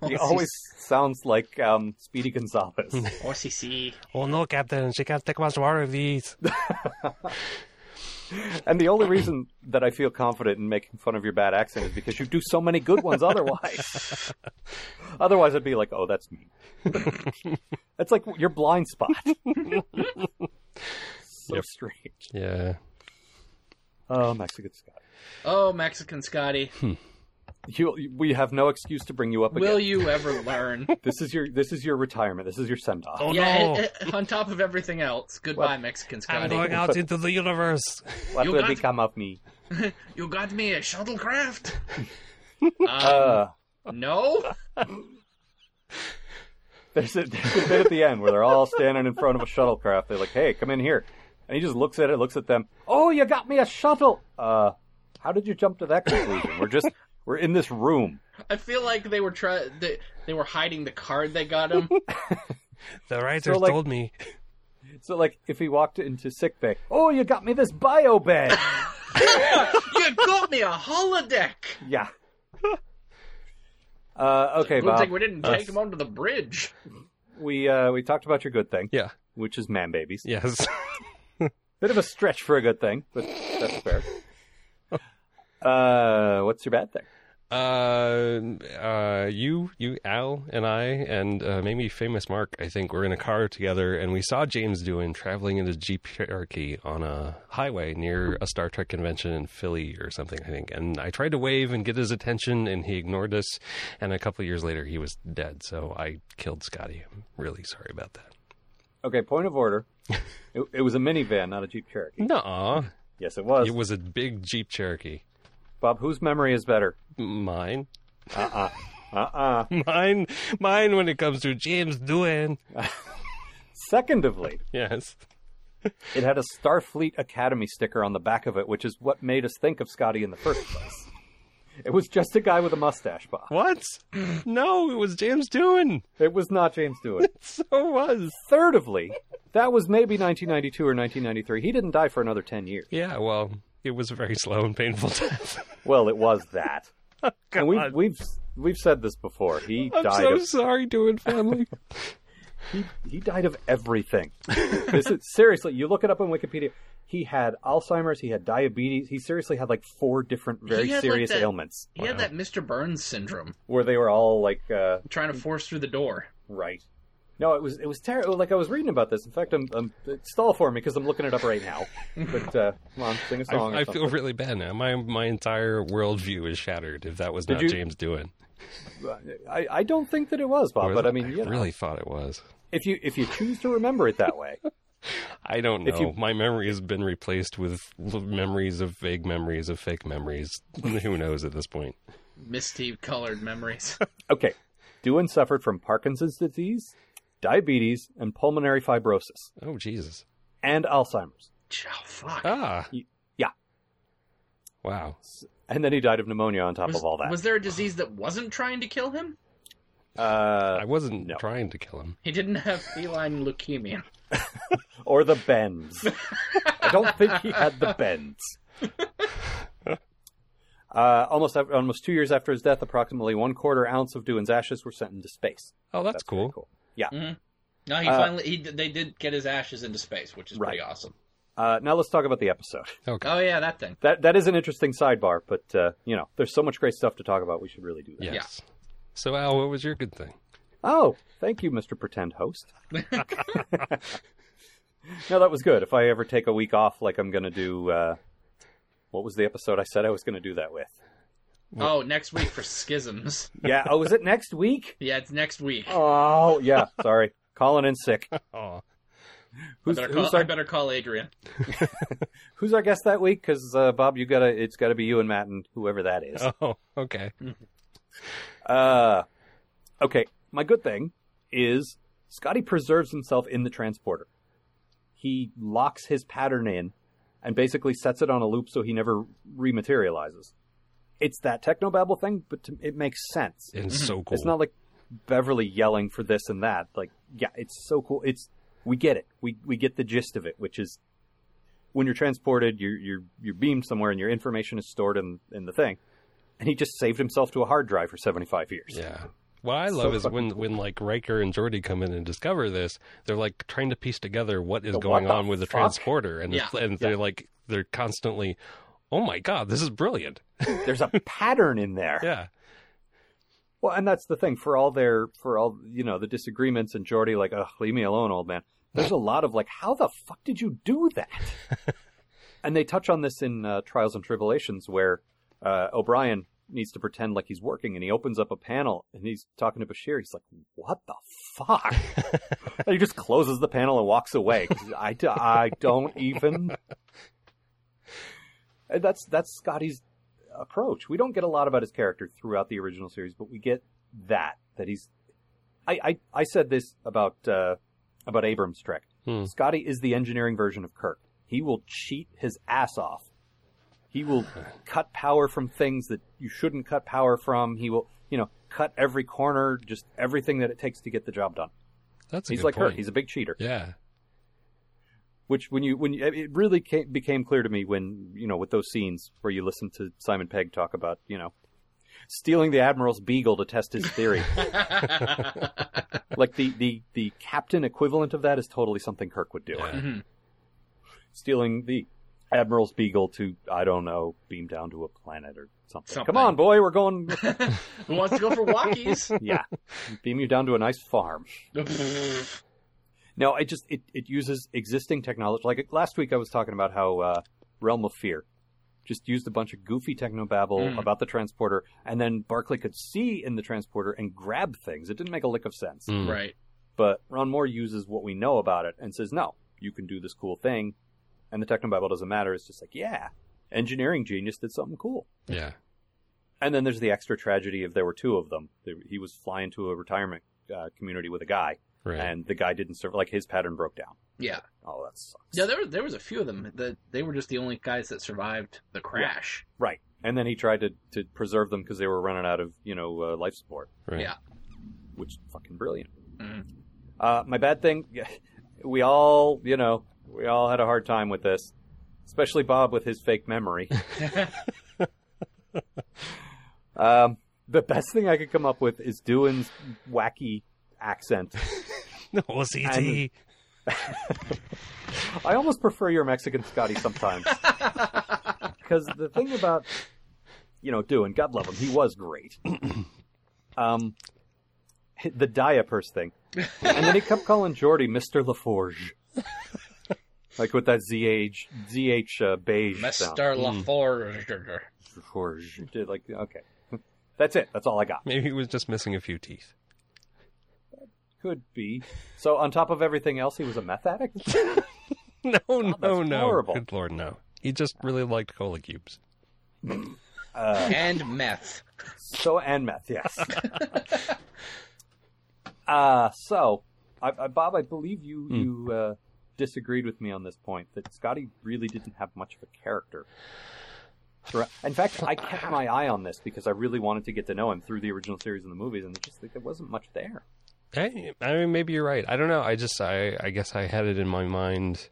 [SPEAKER 2] He always sounds like um, Speedy Gonzalez.
[SPEAKER 4] RCC.
[SPEAKER 3] Oh no, Captain, she can't take much more of these.
[SPEAKER 2] And the only reason that I feel confident in making fun of your bad accent is because you do so many good ones otherwise. otherwise, I'd be like, oh, that's me. that's like your blind spot. so strange.
[SPEAKER 3] Yeah.
[SPEAKER 2] Oh, Mexican Scott.
[SPEAKER 4] Oh, Mexican Scotty,
[SPEAKER 2] You, we have no excuse to bring you up again.
[SPEAKER 4] will you ever learn?
[SPEAKER 2] This is your this is your retirement. This is your send off.
[SPEAKER 3] Oh
[SPEAKER 4] yeah,
[SPEAKER 3] no.
[SPEAKER 4] eh, eh, on top of everything else, goodbye, Mexican
[SPEAKER 3] I'm
[SPEAKER 4] Scotty.
[SPEAKER 3] going out into the universe.
[SPEAKER 2] what
[SPEAKER 4] you
[SPEAKER 2] will
[SPEAKER 4] got-
[SPEAKER 2] become of me?
[SPEAKER 4] You got me a shuttlecraft.
[SPEAKER 2] Uh,
[SPEAKER 4] No.
[SPEAKER 2] there's a, there's a bit at the end where they're all standing in front of a shuttlecraft. They're like, "Hey, come in here," and he just looks at it, looks at them. Oh, you got me a shuttle. Uh, how did you jump to that conclusion? We're just we're in this room.
[SPEAKER 4] I feel like they were try they, they were hiding the card they got him.
[SPEAKER 3] The writers
[SPEAKER 2] like-
[SPEAKER 3] told me.
[SPEAKER 2] So like, if he walked into sick bay, oh, you got me this bio bag.
[SPEAKER 4] you got me a holodeck.
[SPEAKER 2] yeah. Uh, okay,
[SPEAKER 4] Good
[SPEAKER 2] Bob.
[SPEAKER 4] thing we didn't take him onto the bridge.
[SPEAKER 2] We uh, we talked about your good thing,
[SPEAKER 3] Yeah.
[SPEAKER 2] which is man babies.
[SPEAKER 3] Yes.
[SPEAKER 2] Bit of a stretch for a good thing, but that's fair. Uh, what's your bad thing?
[SPEAKER 3] Uh, uh, you, you, Al, and I, and uh, maybe famous Mark, I think, were in a car together, and we saw James Doohan traveling in his Jeep Cherokee on a highway near a Star Trek convention in Philly or something, I think. And I tried to wave and get his attention, and he ignored us. And a couple of years later, he was dead. So I killed Scotty. I'm really sorry about that.
[SPEAKER 2] Okay, point of order. it, it was a minivan, not a Jeep Cherokee.
[SPEAKER 3] Nuh-uh.
[SPEAKER 2] Yes, it was.
[SPEAKER 3] It was a big Jeep Cherokee.
[SPEAKER 2] Bob, whose memory is better?
[SPEAKER 3] Mine.
[SPEAKER 2] Uh-uh. Uh-uh.
[SPEAKER 3] Mine. Mine when it comes to James Doohan.
[SPEAKER 2] Secondly,
[SPEAKER 3] Yes.
[SPEAKER 2] it had a Starfleet Academy sticker on the back of it, which is what made us think of Scotty in the first place. It was just a guy with a mustache, Bob.
[SPEAKER 3] What? no, it was James Doohan.
[SPEAKER 2] It was not James Doohan.
[SPEAKER 3] So was.
[SPEAKER 2] Thirdly, that was maybe 1992 or 1993. He didn't die for another 10 years.
[SPEAKER 3] Yeah, well, it was a very slow and painful death.
[SPEAKER 2] Well, it was that. and
[SPEAKER 3] God.
[SPEAKER 2] we've, we've, we've said this before. He
[SPEAKER 3] I'm
[SPEAKER 2] died
[SPEAKER 3] so
[SPEAKER 2] of
[SPEAKER 3] sorry, Doohan family.
[SPEAKER 2] He, he died of everything. this is, seriously, you look it up on Wikipedia. He had Alzheimer's. He had diabetes. He seriously had like four different very
[SPEAKER 4] He had, like,
[SPEAKER 2] serious
[SPEAKER 4] that-
[SPEAKER 2] ailments
[SPEAKER 4] He had that Mr. Burns syndrome,
[SPEAKER 2] where they were all like uh,
[SPEAKER 4] trying to force through the door.
[SPEAKER 2] right. No, it was it was terrible. Like I was reading about this. In fact, um, I'm, I'm stall for me because I'm looking it up right now. But uh, come on, sing a
[SPEAKER 3] I,
[SPEAKER 2] song. or
[SPEAKER 3] I
[SPEAKER 2] something.
[SPEAKER 3] feel really bad now. My my entire worldview is shattered if that was not
[SPEAKER 2] you-
[SPEAKER 3] James Doohan.
[SPEAKER 2] I, I don't think that it was Bob,
[SPEAKER 3] Or-
[SPEAKER 2] but I mean, you know,
[SPEAKER 3] really thought it was.
[SPEAKER 2] if you if you choose to remember it that way,
[SPEAKER 3] I don't know.
[SPEAKER 2] If you-
[SPEAKER 3] My memory has been replaced with l- memories of vague memories of fake memories. Who knows at this point?
[SPEAKER 4] Misty colored memories.
[SPEAKER 2] okay. Dewan suffered from Parkinson's disease, diabetes, and pulmonary fibrosis,
[SPEAKER 3] Oh Jesus!
[SPEAKER 2] and Alzheimer's.
[SPEAKER 4] oh, fuck.
[SPEAKER 3] Ah,
[SPEAKER 2] yeah.
[SPEAKER 3] wow.
[SPEAKER 2] and then he died of pneumonia on top
[SPEAKER 4] was,
[SPEAKER 2] of all that.
[SPEAKER 4] was there a disease that wasn't trying to kill him?
[SPEAKER 2] uh,
[SPEAKER 3] I wasn't
[SPEAKER 2] no.
[SPEAKER 3] trying to kill him.
[SPEAKER 4] He didn't have feline leukemia.
[SPEAKER 2] or the bends. I don't think he had the bends. Uh, almost almost two years after his death, approximately one quarter ounce of Doohan's ashes were sent into space.
[SPEAKER 3] Oh, that's,
[SPEAKER 2] very
[SPEAKER 3] cool.
[SPEAKER 2] Yeah.
[SPEAKER 4] No, he
[SPEAKER 2] Uh,
[SPEAKER 4] finally he they did get his ashes into space, which is pretty
[SPEAKER 2] Right.
[SPEAKER 4] awesome.
[SPEAKER 2] Uh, now let's talk about the episode.
[SPEAKER 3] Okay.
[SPEAKER 4] Oh yeah, that thing.
[SPEAKER 2] That that is an interesting sidebar, but uh, you know, there's so much great stuff to talk about. We should really do that.
[SPEAKER 3] yes. So Al, what was your good thing?
[SPEAKER 2] Oh, thank you, Mr. Pretend Host. no, that was good. If I ever take a week off, like I'm going to do, uh, what was the episode I said I was going to do that with?
[SPEAKER 4] Oh, next week for schisms.
[SPEAKER 2] Yeah. Oh, is it next week?
[SPEAKER 4] Yeah, it's next week.
[SPEAKER 2] Oh, yeah. Sorry. Calling in sick.
[SPEAKER 3] Oh,
[SPEAKER 2] Who's,
[SPEAKER 4] I, better
[SPEAKER 2] who's
[SPEAKER 4] call, I
[SPEAKER 2] our,
[SPEAKER 4] better call Adrian.
[SPEAKER 2] who's our guest that week? Because uh, Bob, you gotta. It's gotta be you and Matt and whoever that is.
[SPEAKER 3] oh, okay.
[SPEAKER 2] Uh, okay. My good thing is Scotty preserves himself in the transporter. He locks his pattern in and basically sets it on a loop so he never rematerializes. It's that technobabble thing, but to, it makes sense.
[SPEAKER 3] And so cool.
[SPEAKER 2] Mm-hmm. It's not like Beverly yelling for this and that. Like, yeah, it's so cool. It's we get it. We we get the gist of it, which is when you're transported, you're you're you're beamed somewhere, and your information is stored in in the thing. And he just saved himself to a hard drive for seventy five years.
[SPEAKER 3] Yeah. What I love is
[SPEAKER 2] fucking
[SPEAKER 3] when, when like Riker and Geordi come in and discover this, they're like trying to piece together what is
[SPEAKER 2] What
[SPEAKER 3] going
[SPEAKER 2] the
[SPEAKER 3] on with the
[SPEAKER 2] fuck?
[SPEAKER 3] transporter, and it's-
[SPEAKER 4] Yeah.
[SPEAKER 3] and they're like they're constantly, oh my god, this is brilliant.
[SPEAKER 2] There's a pattern in there.
[SPEAKER 3] Yeah,
[SPEAKER 2] Well, and that's the thing for all their for all you know the disagreements and Jordy like, ugh, leave me alone, old man. There's a lot of like, how the fuck did you do that? and they touch on this in uh, Trials and Tribulations where uh, O'Brien needs to pretend like he's working, and he opens up a panel and he's talking to Bashir. He's like, what the fuck? and he just closes the panel and walks away. 'cause I d- I don't even. And that's that's Scotty's approach. We don't get a lot about his character throughout the original series, but we get that that he's. I I, I said this about uh, about Abrams Trek.
[SPEAKER 3] Hmm.
[SPEAKER 2] Scotty is the engineering version of Kirk. He will cheat his ass off. He will cut power from things that you shouldn't cut power from. He will, you know, cut every corner, just everything that it takes to get the job done.
[SPEAKER 3] that's a
[SPEAKER 2] He's
[SPEAKER 3] good
[SPEAKER 2] like
[SPEAKER 3] point.
[SPEAKER 2] Kirk. He's a big cheater
[SPEAKER 3] yeah,
[SPEAKER 2] which when you when you, it really ca became clear to me when you know with those scenes where you listen to Simon Pegg talk about you know stealing the admiral's beagle to test his theory like the the the captain equivalent of that is totally something kirk would do
[SPEAKER 3] Yeah.
[SPEAKER 2] stealing the Admiral's Beagle to, I don't know, beam down to a planet or something.
[SPEAKER 4] Something.
[SPEAKER 2] Come on, boy, we're going.
[SPEAKER 4] Who wants to go for walkies?
[SPEAKER 2] yeah. Beam you down to a nice farm. No, I just it, it uses existing technology. Like last week, I was talking about how uh, Realm of Fear just used a bunch of goofy technobabble
[SPEAKER 4] Mm.
[SPEAKER 2] about the transporter, and then Barclay could see in the transporter and grab things. It didn't make a lick of sense.
[SPEAKER 3] Mm.
[SPEAKER 4] right.
[SPEAKER 2] But Ron Moore uses what we know about it and says, "No, you can do this cool thing," and the technobabble doesn't matter. It's just like, yeah, engineering genius did something cool.
[SPEAKER 3] Yeah.
[SPEAKER 2] And then there's the extra tragedy of there were two of them. They- He was flying to a retirement uh, community with a guy,
[SPEAKER 3] Right.
[SPEAKER 2] and the guy didn't serve. Like his pattern broke down.
[SPEAKER 4] Yeah.
[SPEAKER 2] Oh, that sucks.
[SPEAKER 4] Yeah, there were, there was a few of them that they were just the only guys that survived the crash.
[SPEAKER 2] Right. And then he tried to, to preserve them because they were running out of, you know, uh, life support,
[SPEAKER 3] right.
[SPEAKER 4] Yeah.
[SPEAKER 2] which is fucking brilliant.
[SPEAKER 4] Mhm.
[SPEAKER 2] Uh, my bad thing, we all, you know, we all had a hard time with this, especially Bob with his fake memory. um, the best thing I could come up with is Doohan's wacky accent.
[SPEAKER 3] No, was
[SPEAKER 2] And- I almost prefer your Mexican Scotty sometimes. Because the thing about, you know, Doohan, God love him, he was great. um, the diapers thing. And then he kept calling Jordy Mr. LaForge. like with that ZH, ZH uh, beige sound.
[SPEAKER 4] Mr. LaForge.
[SPEAKER 2] LaForge. Did Like, okay. That's it. That's all I got.
[SPEAKER 3] Maybe he was just missing a few teeth.
[SPEAKER 2] Could be. So on top of everything else, he was a meth addict?
[SPEAKER 3] No, no,
[SPEAKER 2] Oh, that's
[SPEAKER 3] no.
[SPEAKER 2] horrible.
[SPEAKER 3] Good lord, no. He just really liked cola cubes.
[SPEAKER 4] And meth.
[SPEAKER 2] So and meth, yes. uh, so, I, I, Bob, I believe you
[SPEAKER 3] Hmm.
[SPEAKER 2] you uh, disagreed with me on this point that Scotty really didn't have much of a character. throughout- In fact, I kept my eye on this because I really wanted to get to know him through the original series and the movies, and it just there wasn't much there.
[SPEAKER 3] Hey, I mean, maybe you're right. I don't know. I just, I, I guess I had it in my mind.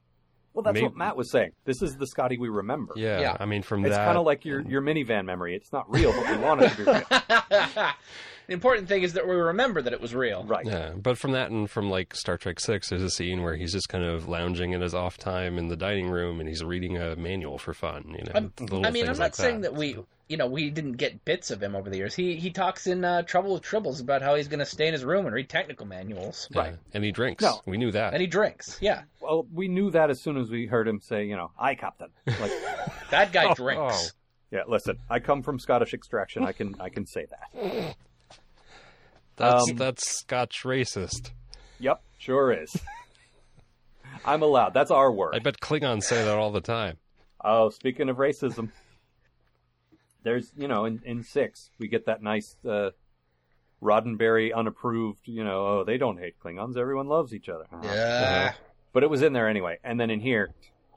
[SPEAKER 2] Well, that's what
[SPEAKER 3] Maybe-
[SPEAKER 2] Matt was saying. This is the Scotty we remember.
[SPEAKER 3] Yeah.
[SPEAKER 4] Yeah.
[SPEAKER 3] I mean, from
[SPEAKER 2] It's
[SPEAKER 3] that.
[SPEAKER 2] kind of like your, your minivan memory. It's not real, but we want it to be real.
[SPEAKER 4] the important thing is that we remember that it was real.
[SPEAKER 2] Right.
[SPEAKER 3] Yeah, but from that and from like Star Trek Six, there's a scene where he's just kind of lounging in his off time in the dining room and he's reading a manual for fun. You know,
[SPEAKER 4] I'm-
[SPEAKER 3] little
[SPEAKER 4] Um, I mean, I'm
[SPEAKER 3] things
[SPEAKER 4] not
[SPEAKER 3] like
[SPEAKER 4] saying that we, you know, we didn't get bits of him over the years. He he talks in uh, Trouble with Tribbles about how he's going to stay in his room and read technical manuals,
[SPEAKER 3] Yeah. And he drinks.
[SPEAKER 2] No.
[SPEAKER 3] We knew that.
[SPEAKER 4] and he drinks. Yeah,
[SPEAKER 2] Well, we knew that as soon as we heard him say, you know, I captain. Like,
[SPEAKER 4] that guy
[SPEAKER 3] Oh,
[SPEAKER 4] drinks.
[SPEAKER 2] Yeah, listen, I come from Scottish extraction. I can I can say that.
[SPEAKER 3] that's
[SPEAKER 2] um,
[SPEAKER 3] that's Scotch racist.
[SPEAKER 2] Yep, sure is. I'm allowed. That's our word.
[SPEAKER 3] I bet Klingons say that all the time.
[SPEAKER 2] Oh, speaking of racism, there's you know in in six we get that nice uh, Roddenberry unapproved. You know, oh they don't hate Klingons. Everyone loves each other.
[SPEAKER 3] oh.
[SPEAKER 4] Yeah.
[SPEAKER 3] Uh-huh.
[SPEAKER 2] But it was in there anyway. And then in here,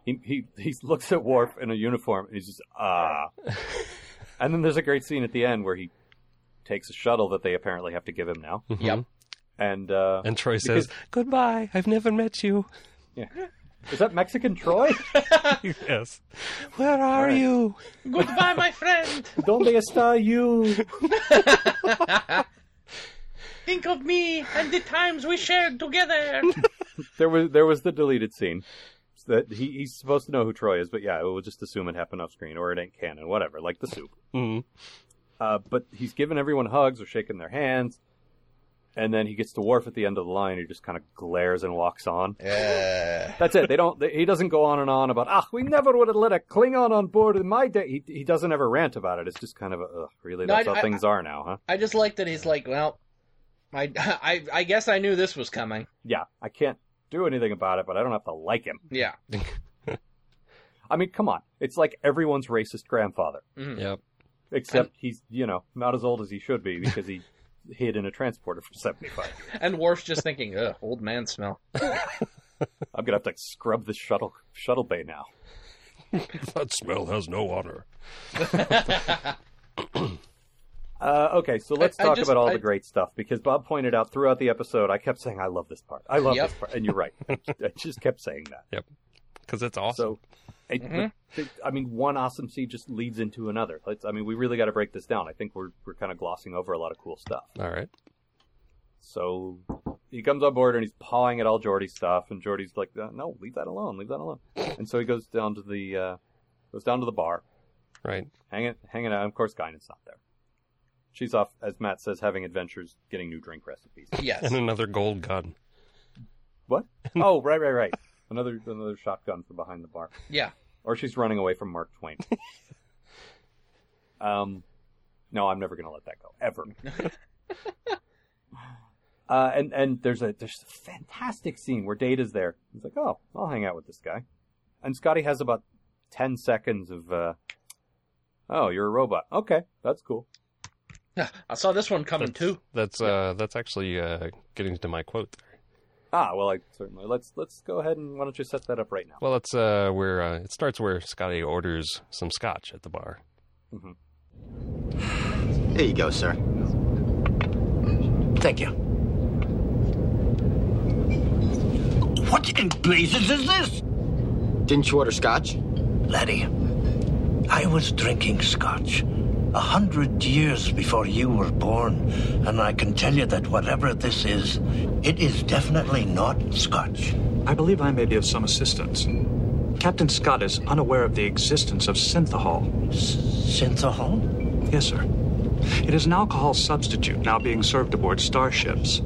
[SPEAKER 2] he he, he looks at Worf in a uniform. And he's just ah. and then there's a great scene at the end where he takes a shuttle that they apparently have to give him now.
[SPEAKER 3] Mhm.
[SPEAKER 4] Yep.
[SPEAKER 2] And uh,
[SPEAKER 3] And Troy says, "Goodbye. I've never met you."
[SPEAKER 2] Is that Mexican Troy?
[SPEAKER 3] yes. Where are
[SPEAKER 2] right.
[SPEAKER 3] you?
[SPEAKER 4] Goodbye, my friend.
[SPEAKER 2] Donde está you?
[SPEAKER 4] Think of me and the times we shared together.
[SPEAKER 2] There was there was the deleted scene that he, he's supposed to know who Troy is, but yeah, we'll just assume it happened off screen or it ain't canon, whatever, like the soup.
[SPEAKER 3] Mm.
[SPEAKER 2] Uh, but he's giving everyone hugs or shaking their hands, and then he gets to Worf at the end of the line. He just kind of glares and walks on.
[SPEAKER 4] Yeah.
[SPEAKER 2] That's it. They don't. They, he doesn't go on and on about ah, we never would have let a Klingon on board in my day. He, he doesn't ever rant about it. It's just kind of a, ugh, really.
[SPEAKER 4] No,
[SPEAKER 2] That's
[SPEAKER 4] I-
[SPEAKER 2] how
[SPEAKER 4] I-
[SPEAKER 2] things are now, huh?
[SPEAKER 4] I just like that he's like, well, I, I I guess I knew this was coming.
[SPEAKER 2] Yeah, I can't do anything about it, but I don't have to like him.
[SPEAKER 4] Yeah.
[SPEAKER 2] I mean, come on. It's like everyone's racist grandfather,
[SPEAKER 3] Yep.
[SPEAKER 2] except he's, you know, not as old as he should be because he hid in a transporter for 75 years.
[SPEAKER 4] And Worf's just thinking, ugh, old man smell.
[SPEAKER 2] I'm going to have to scrub the shuttle shuttle bay now.
[SPEAKER 3] That smell has no honor.
[SPEAKER 2] Uh, okay, so let's
[SPEAKER 4] I
[SPEAKER 2] talk
[SPEAKER 4] just-
[SPEAKER 2] about all
[SPEAKER 4] I-
[SPEAKER 2] the great stuff because Bob pointed out throughout the episode, I kept saying, I love this part. I love
[SPEAKER 4] Yep.
[SPEAKER 2] this part. And you're right. I I just kept saying that.
[SPEAKER 3] Because it's awesome.
[SPEAKER 2] So, it, it- I mean, one awesome scene just leads into another. Let's, I mean, we really got to break this down. I think we're, we're kind of glossing over a lot of cool stuff.
[SPEAKER 3] all right.
[SPEAKER 2] So he comes on board and he's pawing at all Jordy's stuff, and Jordy's like, "Uh, "No, leave that alone, leave that alone." And so he goes down to the uh, Goes down to the bar,
[SPEAKER 3] Right.
[SPEAKER 2] hanging hanging out. Of course, Guinan's not there. She's off, as Matt says, having adventures, getting new drink recipes.
[SPEAKER 4] Yes.
[SPEAKER 3] And another gold gun.
[SPEAKER 2] What? oh, right, right, right. Another another shotgun from behind the bar.
[SPEAKER 4] Yeah.
[SPEAKER 2] Or she's running away from Mark Twain. um, no, I'm never gonna let that go ever. uh, and and there's a there's a fantastic scene where Data's there. He's like, oh, I'll hang out with this guy, and Scotty has about ten seconds of, uh, oh, you're a robot. Okay, that's cool.
[SPEAKER 4] I saw this one coming
[SPEAKER 3] That's,
[SPEAKER 4] too.
[SPEAKER 3] that's uh that's actually uh getting to my quote there.
[SPEAKER 2] Ah, well, I certainly let's let's go ahead and why don't you set that up right now?
[SPEAKER 3] Well, it's uh where uh, it starts where Scotty orders some scotch at the bar.
[SPEAKER 7] Here you go, sir.
[SPEAKER 8] Thank you. What in blazes is this?
[SPEAKER 7] Didn't you order scotch?
[SPEAKER 8] Laddie, I was drinking scotch a hundred years before you were born, and I can tell you that whatever this is, it is definitely not scotch.
[SPEAKER 9] I believe I may be of some assistance. Captain Scott is unaware of the existence of synthahol.
[SPEAKER 8] Synthahol?
[SPEAKER 9] Yes, sir. It is an alcohol substitute now being served aboard starships.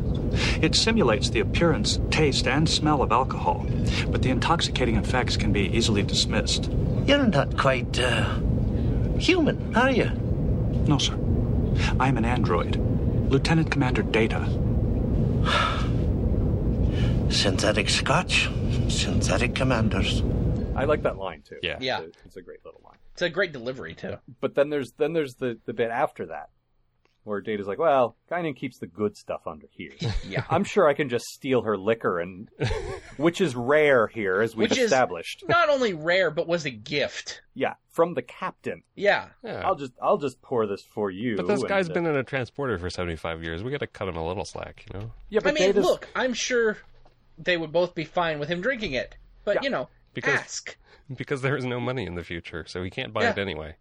[SPEAKER 9] It simulates the appearance, taste, and smell of alcohol, but the intoxicating effects can be easily dismissed.
[SPEAKER 8] You're not quite, uh, human, are you?
[SPEAKER 9] No, sir. I am an android. Lieutenant Commander Data.
[SPEAKER 8] Synthetic scotch, synthetic commanders.
[SPEAKER 2] I like that line too.
[SPEAKER 3] Yeah.
[SPEAKER 4] Yeah.
[SPEAKER 2] It's a- it's a great little line.
[SPEAKER 4] It's a great delivery too.
[SPEAKER 2] but then there's then there's the the bit after that where Data's like, "Well, Guinan keeps the good stuff under here.
[SPEAKER 4] Yeah.
[SPEAKER 2] I'm sure I can just steal her liquor and which is rare here as we've
[SPEAKER 4] Which is-
[SPEAKER 2] established.
[SPEAKER 4] Not only rare, but was a gift.
[SPEAKER 2] Yeah, from the captain.
[SPEAKER 4] Yeah.
[SPEAKER 3] Yeah.
[SPEAKER 2] I'll just I'll just pour this for you."
[SPEAKER 3] but this
[SPEAKER 2] and,
[SPEAKER 3] guy's
[SPEAKER 2] uh,
[SPEAKER 3] been in a transporter for 75 years. We got to cut him a little slack, you know.
[SPEAKER 2] Yeah,
[SPEAKER 4] I
[SPEAKER 2] but
[SPEAKER 4] mean,
[SPEAKER 2] Data's,
[SPEAKER 4] look, I'm sure they would both be fine with him drinking it. But,
[SPEAKER 2] Yeah.
[SPEAKER 4] you know,
[SPEAKER 3] Because-
[SPEAKER 4] ask.
[SPEAKER 3] Because there is no money in the future, so he can't buy
[SPEAKER 4] Yeah.
[SPEAKER 3] it anyway.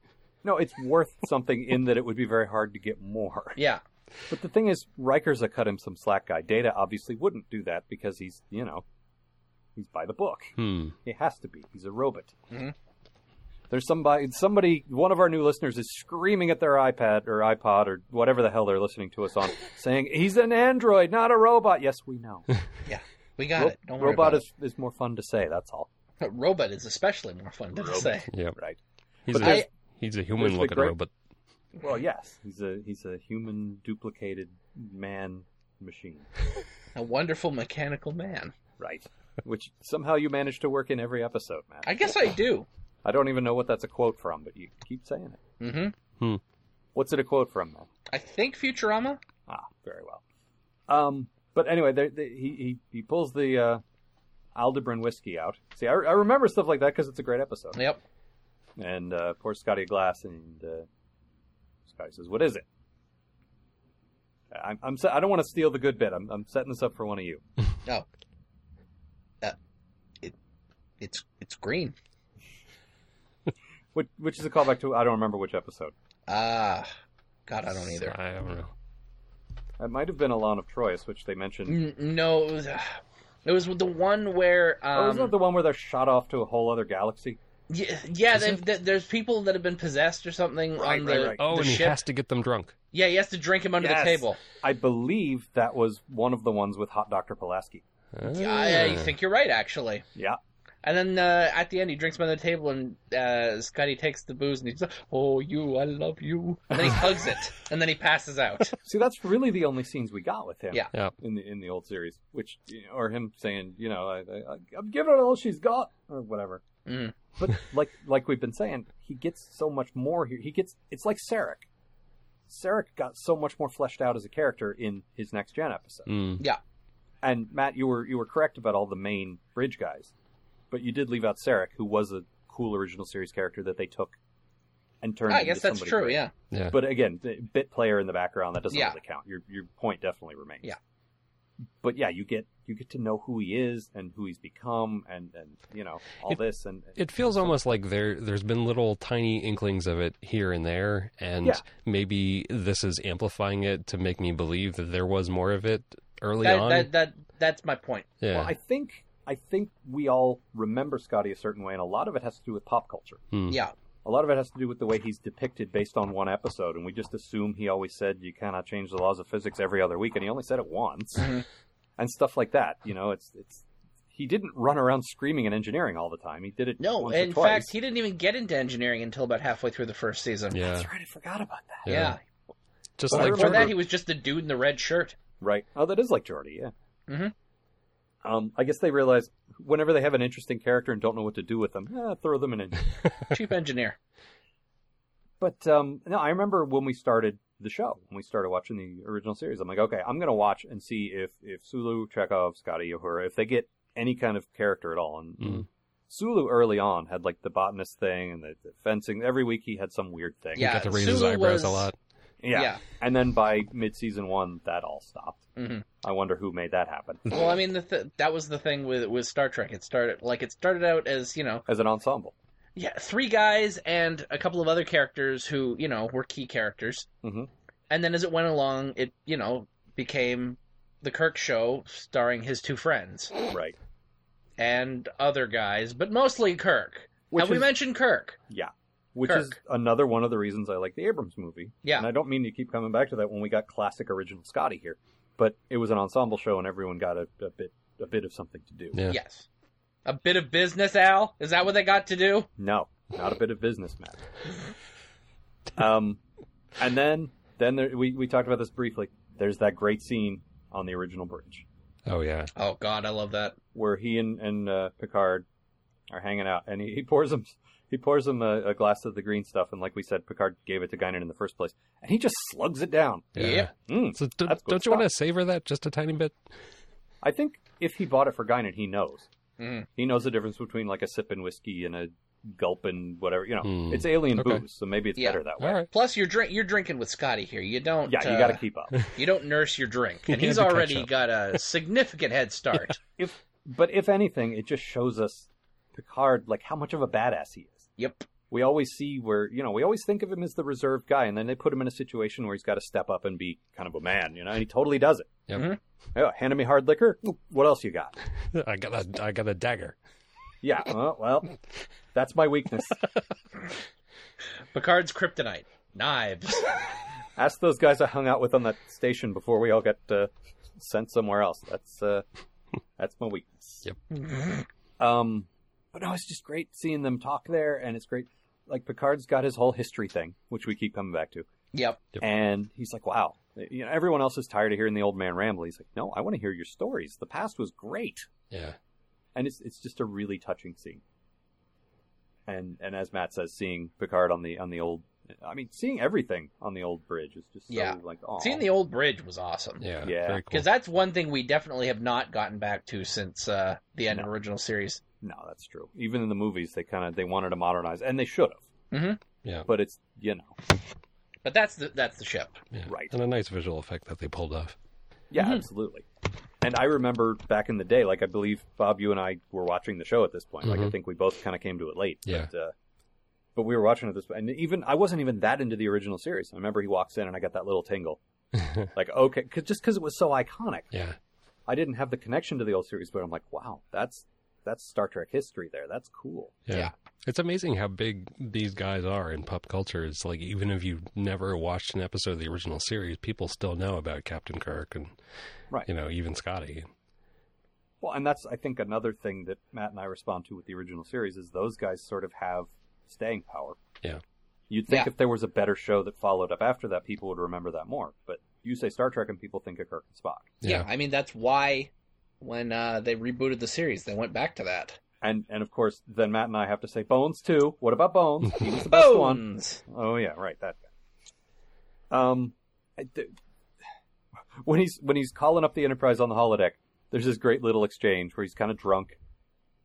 [SPEAKER 2] No, it's worth something in that it would be very hard to get more.
[SPEAKER 4] Yeah.
[SPEAKER 2] But the thing is, Riker's a cut him some slack guy. Data obviously wouldn't do that because he's, you know, he's by the book.
[SPEAKER 3] Hmm.
[SPEAKER 2] He has to be. He's a robot.
[SPEAKER 4] Mhm.
[SPEAKER 2] There's somebody, somebody, one of our new listeners is screaming at their iPad or iPod or whatever the hell they're listening to us on, saying he's an android, not a robot. Yes, we know.
[SPEAKER 4] Yeah. We got
[SPEAKER 2] Ro-
[SPEAKER 4] it. Don't worry
[SPEAKER 2] robot
[SPEAKER 4] about
[SPEAKER 2] is is more fun to say. That's all.
[SPEAKER 4] it. Robot is especially more fun to say.
[SPEAKER 3] Yep.
[SPEAKER 2] Right.
[SPEAKER 3] He's
[SPEAKER 2] But
[SPEAKER 3] a
[SPEAKER 2] there's-
[SPEAKER 3] he's a
[SPEAKER 2] there's
[SPEAKER 3] human
[SPEAKER 2] the
[SPEAKER 3] looking
[SPEAKER 2] great-
[SPEAKER 3] robot.
[SPEAKER 2] Well, yes, he's a he's a human duplicated man machine.
[SPEAKER 4] A wonderful mechanical man.
[SPEAKER 2] Right. Which somehow you manage to work in every episode, man.
[SPEAKER 4] I guess I do.
[SPEAKER 2] I don't even know what that's a quote from, but you keep saying it.
[SPEAKER 4] hmm
[SPEAKER 2] What's it a quote from, man?
[SPEAKER 4] I think Futurama.
[SPEAKER 2] Ah, very well. Um, but anyway, there there- he, he he pulls the uh, Aldebaran whiskey out. See, I, I remember stuff like that because it's a great episode.
[SPEAKER 4] Yep.
[SPEAKER 2] And uh, pours Scotty a glass, and uh, Scotty says, "What is it?" I'm, I'm se- I don't want to steal the good bit. I'm, I'm setting this up for one of you.
[SPEAKER 4] No. Uh, it, it's it's green.
[SPEAKER 2] Which, which is a callback to I don't remember which episode.
[SPEAKER 4] Ah, God, I don't either.
[SPEAKER 3] I don't know.
[SPEAKER 2] It might have been Alon of Troyes, which they mentioned.
[SPEAKER 4] N- No, it was, uh, it was the one where
[SPEAKER 2] oh, isn't
[SPEAKER 4] um,
[SPEAKER 2] that the one where they're shot off to a whole other galaxy?
[SPEAKER 4] yeah, yeah they've, th- there's people that have been possessed or something
[SPEAKER 2] Right,
[SPEAKER 4] on
[SPEAKER 2] right,
[SPEAKER 4] the,
[SPEAKER 2] right.
[SPEAKER 3] Oh,
[SPEAKER 4] the
[SPEAKER 3] and he
[SPEAKER 4] ship.
[SPEAKER 3] has to get them drunk.
[SPEAKER 4] Yeah, he has to drink him under
[SPEAKER 2] Yes.
[SPEAKER 4] the table.
[SPEAKER 2] I believe that was one of the ones with Hot Doctor Pulaski.
[SPEAKER 4] I, I
[SPEAKER 3] Ah.
[SPEAKER 4] think you're right, actually.
[SPEAKER 2] Yeah.
[SPEAKER 4] And then uh, at the end, he drinks him under the table, and uh, Scotty takes the booze, and he's like, "Oh, you, I love you," and then he hugs it, and then he passes out.
[SPEAKER 2] See, that's really the only scenes we got with him.
[SPEAKER 4] Yeah.
[SPEAKER 3] Yeah.
[SPEAKER 2] In the in the old series, which you know, or him saying, you know, I, I, I'm giving her all she's got, or whatever.
[SPEAKER 4] Mm.
[SPEAKER 2] But like like we've been saying, he gets so much more here. He gets it's like Sarek. Sarek got so much more fleshed out as a character in his next gen episode.
[SPEAKER 3] Mm.
[SPEAKER 2] And Matt, you were you were correct about all the main bridge guys, but you did leave out Sarek, who was a cool original series character that they took and turned.
[SPEAKER 4] I
[SPEAKER 2] into
[SPEAKER 4] guess that's
[SPEAKER 2] somebody
[SPEAKER 4] true.
[SPEAKER 2] great.
[SPEAKER 4] Yeah.
[SPEAKER 3] Yeah.
[SPEAKER 2] But again, the bit player in the background that doesn't
[SPEAKER 4] Yeah.
[SPEAKER 2] really count. Your your point definitely remains.
[SPEAKER 4] Yeah.
[SPEAKER 2] But yeah, you get you get to know who he is and who he's become and and you know all
[SPEAKER 3] It-
[SPEAKER 2] this and
[SPEAKER 3] it feels almost like there there's been little tiny inklings of it here and there and
[SPEAKER 2] Yeah.
[SPEAKER 3] maybe this is amplifying it to make me believe that there was more of it early
[SPEAKER 4] That,
[SPEAKER 3] on
[SPEAKER 4] that that that's my point.
[SPEAKER 3] yeah
[SPEAKER 2] well, I think I think we all remember Scotty a certain way, and a lot of it has to do with pop culture.
[SPEAKER 3] Hmm.
[SPEAKER 4] Yeah.
[SPEAKER 2] A lot of it has to do with the way he's depicted based on one episode, and we just assume he always said you cannot change the laws of physics every other week, and he only said it once, and stuff like that. You know, it's it's he didn't run around screaming at engineering all the time. He did it
[SPEAKER 4] No,
[SPEAKER 2] once or
[SPEAKER 4] in
[SPEAKER 2] twice.
[SPEAKER 4] fact, he didn't even get into engineering until about halfway through the first season.
[SPEAKER 3] Yeah.
[SPEAKER 2] That's right, I forgot about that.
[SPEAKER 4] Yeah.
[SPEAKER 3] Yeah. Just
[SPEAKER 2] But I
[SPEAKER 3] like
[SPEAKER 4] Before
[SPEAKER 2] remember-
[SPEAKER 4] that, he was just the dude in the red shirt.
[SPEAKER 2] Right. Oh, that is like Jordy, yeah.
[SPEAKER 4] Mhm.
[SPEAKER 2] Um, I guess they realize whenever they have an interesting character and don't know what to do with them, eh, throw them in. A...
[SPEAKER 4] Cheap engineer.
[SPEAKER 2] but um, no, I remember when we started the show, when we started watching the original series, I'm like, okay, I'm gonna watch and see if if Sulu, Chekhov, Scotty, Uhura, if they get any kind of character at all. And
[SPEAKER 3] Mhm.
[SPEAKER 2] Sulu early on had like the botanist thing and the, the fencing. Every week he had some weird thing.
[SPEAKER 4] Yeah,
[SPEAKER 3] got to raise his
[SPEAKER 4] Sulu
[SPEAKER 3] eyebrows a
[SPEAKER 4] was-
[SPEAKER 3] lot.
[SPEAKER 2] Yeah.
[SPEAKER 4] Yeah.
[SPEAKER 2] And then by mid season one, that all stopped.
[SPEAKER 4] Mhm.
[SPEAKER 2] I wonder who made that happen
[SPEAKER 4] Well, I mean, the th- that was the thing with with Star Trek. It started like it started out as you know,
[SPEAKER 2] as an ensemble.
[SPEAKER 4] yeah, three guys and a couple of other characters who you know were key characters.
[SPEAKER 2] Mhm.
[SPEAKER 4] And then as it went along, it you know became the Kirk Show, starring his two friends
[SPEAKER 2] Right.
[SPEAKER 4] and other guys, but mostly Kirk.
[SPEAKER 2] Which
[SPEAKER 4] Have we
[SPEAKER 2] is-
[SPEAKER 4] mentioned Kirk?
[SPEAKER 2] which is
[SPEAKER 4] Kirk.
[SPEAKER 2] another one of the reasons I like the Abrams movie.
[SPEAKER 4] Yeah.
[SPEAKER 2] And I don't mean to keep coming back to that when we got classic original Scotty here, but it was an ensemble show and everyone got a, a bit a bit of something to do.
[SPEAKER 3] Yeah.
[SPEAKER 4] Yes. A bit of business, Al. Is that what they got to do?
[SPEAKER 2] No, not a bit of business matter. um, and then then there, we we talked about this briefly. There's that great scene on the original bridge
[SPEAKER 3] Oh yeah.
[SPEAKER 4] Oh God, I love that.
[SPEAKER 2] where he and and uh, Picard are hanging out, and he, he pours him. He pours him a, a glass of the green stuff, and like we said, Picard gave it to Guinan in the first place, and he just slugs it down.
[SPEAKER 3] Yeah.
[SPEAKER 4] Yep.
[SPEAKER 2] Mm,
[SPEAKER 3] So do,
[SPEAKER 2] That's good
[SPEAKER 3] don't you want to
[SPEAKER 2] stuff.
[SPEAKER 3] savor that just a tiny bit?
[SPEAKER 2] I think if he bought it for Guinan, he knows.
[SPEAKER 4] Mhm.
[SPEAKER 2] He knows the difference between like a sip and whiskey and a gulp and whatever. You know,
[SPEAKER 3] Hmm.
[SPEAKER 2] it's alien
[SPEAKER 3] Okay.
[SPEAKER 2] booze, so maybe it's
[SPEAKER 4] Yeah.
[SPEAKER 2] better that way.
[SPEAKER 3] All right.
[SPEAKER 4] Plus, you're drink you're drinking with Scotty here. You don't.
[SPEAKER 2] Yeah, you
[SPEAKER 4] uh,
[SPEAKER 2] got to keep up.
[SPEAKER 4] You don't nurse your drink, and
[SPEAKER 3] You
[SPEAKER 4] he's
[SPEAKER 3] have to catch
[SPEAKER 4] already
[SPEAKER 3] up.
[SPEAKER 4] got a significant head start.
[SPEAKER 2] if, but if anything, it just shows us Picard like how much of a badass he is.
[SPEAKER 4] Yep.
[SPEAKER 2] We always see where you know we always think of him as the reserved guy, and then they put him in a situation where he's got to step up and be kind of a man, you know, and he totally does it.
[SPEAKER 3] Yep.
[SPEAKER 4] Mhm.
[SPEAKER 2] Oh, handing me hard liquor. What else you got?
[SPEAKER 3] I got a I got a dagger.
[SPEAKER 2] Yeah. Well, well that's my weakness.
[SPEAKER 4] Picard's kryptonite knives.
[SPEAKER 2] Ask those guys I hung out with on that station before we all got uh, sent somewhere else. That's uh, that's my weakness. Yep. um, but no, it's just great seeing them talk there, and it's great. Like Picard's got his whole history thing, which we keep coming back to,
[SPEAKER 4] yep.
[SPEAKER 3] Yep.
[SPEAKER 2] and he's like, "Wow, you know, everyone else is tired of hearing the old man ramble." He's like, "No, I want to hear your stories. The past was great."
[SPEAKER 3] Yeah.
[SPEAKER 2] and it's it's just a really touching scene. And and as Matt says, seeing Picard on the on the old, I mean, seeing everything on the old bridge is just so,
[SPEAKER 4] Yeah.
[SPEAKER 2] like oh,
[SPEAKER 4] Seeing the old bridge was awesome.
[SPEAKER 3] Yeah.
[SPEAKER 2] Yeah.
[SPEAKER 3] Very cool.
[SPEAKER 4] Because that's one thing we definitely have not gotten back to since uh, the end of
[SPEAKER 2] No.
[SPEAKER 4] original series.
[SPEAKER 2] no, that's true. Even in the movies, they kind of they wanted to modernize, and they should have.
[SPEAKER 4] Mhm.
[SPEAKER 3] Yeah.
[SPEAKER 2] but it's you know,
[SPEAKER 4] But that's the that's the ship.
[SPEAKER 3] Yeah.
[SPEAKER 2] right.
[SPEAKER 3] And a nice visual effect that they pulled off.
[SPEAKER 2] yeah, absolutely. And I remember back in the day, like I believe Bob, you and I were watching the show at this point. Like I
[SPEAKER 3] Mhm.
[SPEAKER 2] think we both kind of came to it late.
[SPEAKER 3] Yeah.
[SPEAKER 2] But, uh, but we were watching it this, and even I wasn't even that into the original series. I remember he walks in, and I got that little tingle. like okay, cause, just because it was so iconic,
[SPEAKER 3] Yeah.
[SPEAKER 2] I didn't have the connection to the old series, but I'm like, wow, that's that's Star Trek history there. That's cool.
[SPEAKER 3] Yeah.
[SPEAKER 4] Yeah.
[SPEAKER 3] It's amazing how big these guys are in pop culture. It's like even if you never watched an episode of the original series, people still know about Captain Kirk and
[SPEAKER 2] Right.
[SPEAKER 3] you know, even Scotty.
[SPEAKER 2] Well, and that's I think another thing that Matt and I respond to with the original series is those guys sort of have staying power.
[SPEAKER 3] Yeah.
[SPEAKER 2] You'd think
[SPEAKER 4] Yeah.
[SPEAKER 2] if there was a better show that followed up after that, people would remember that more. But you say Star Trek, and people think of Kirk and Spock.
[SPEAKER 4] Yeah.
[SPEAKER 3] Yeah.
[SPEAKER 4] I mean that's why when uh, they rebooted the series, they went back to that.
[SPEAKER 2] And and of course, then Matt and I have to say Bones too. What about Bones? He was the best one.
[SPEAKER 4] Bones.
[SPEAKER 2] Oh yeah, right that guy. Um, I- th- when he's when he's calling up the Enterprise on the holodeck, there's this great little exchange where he's kind of drunk.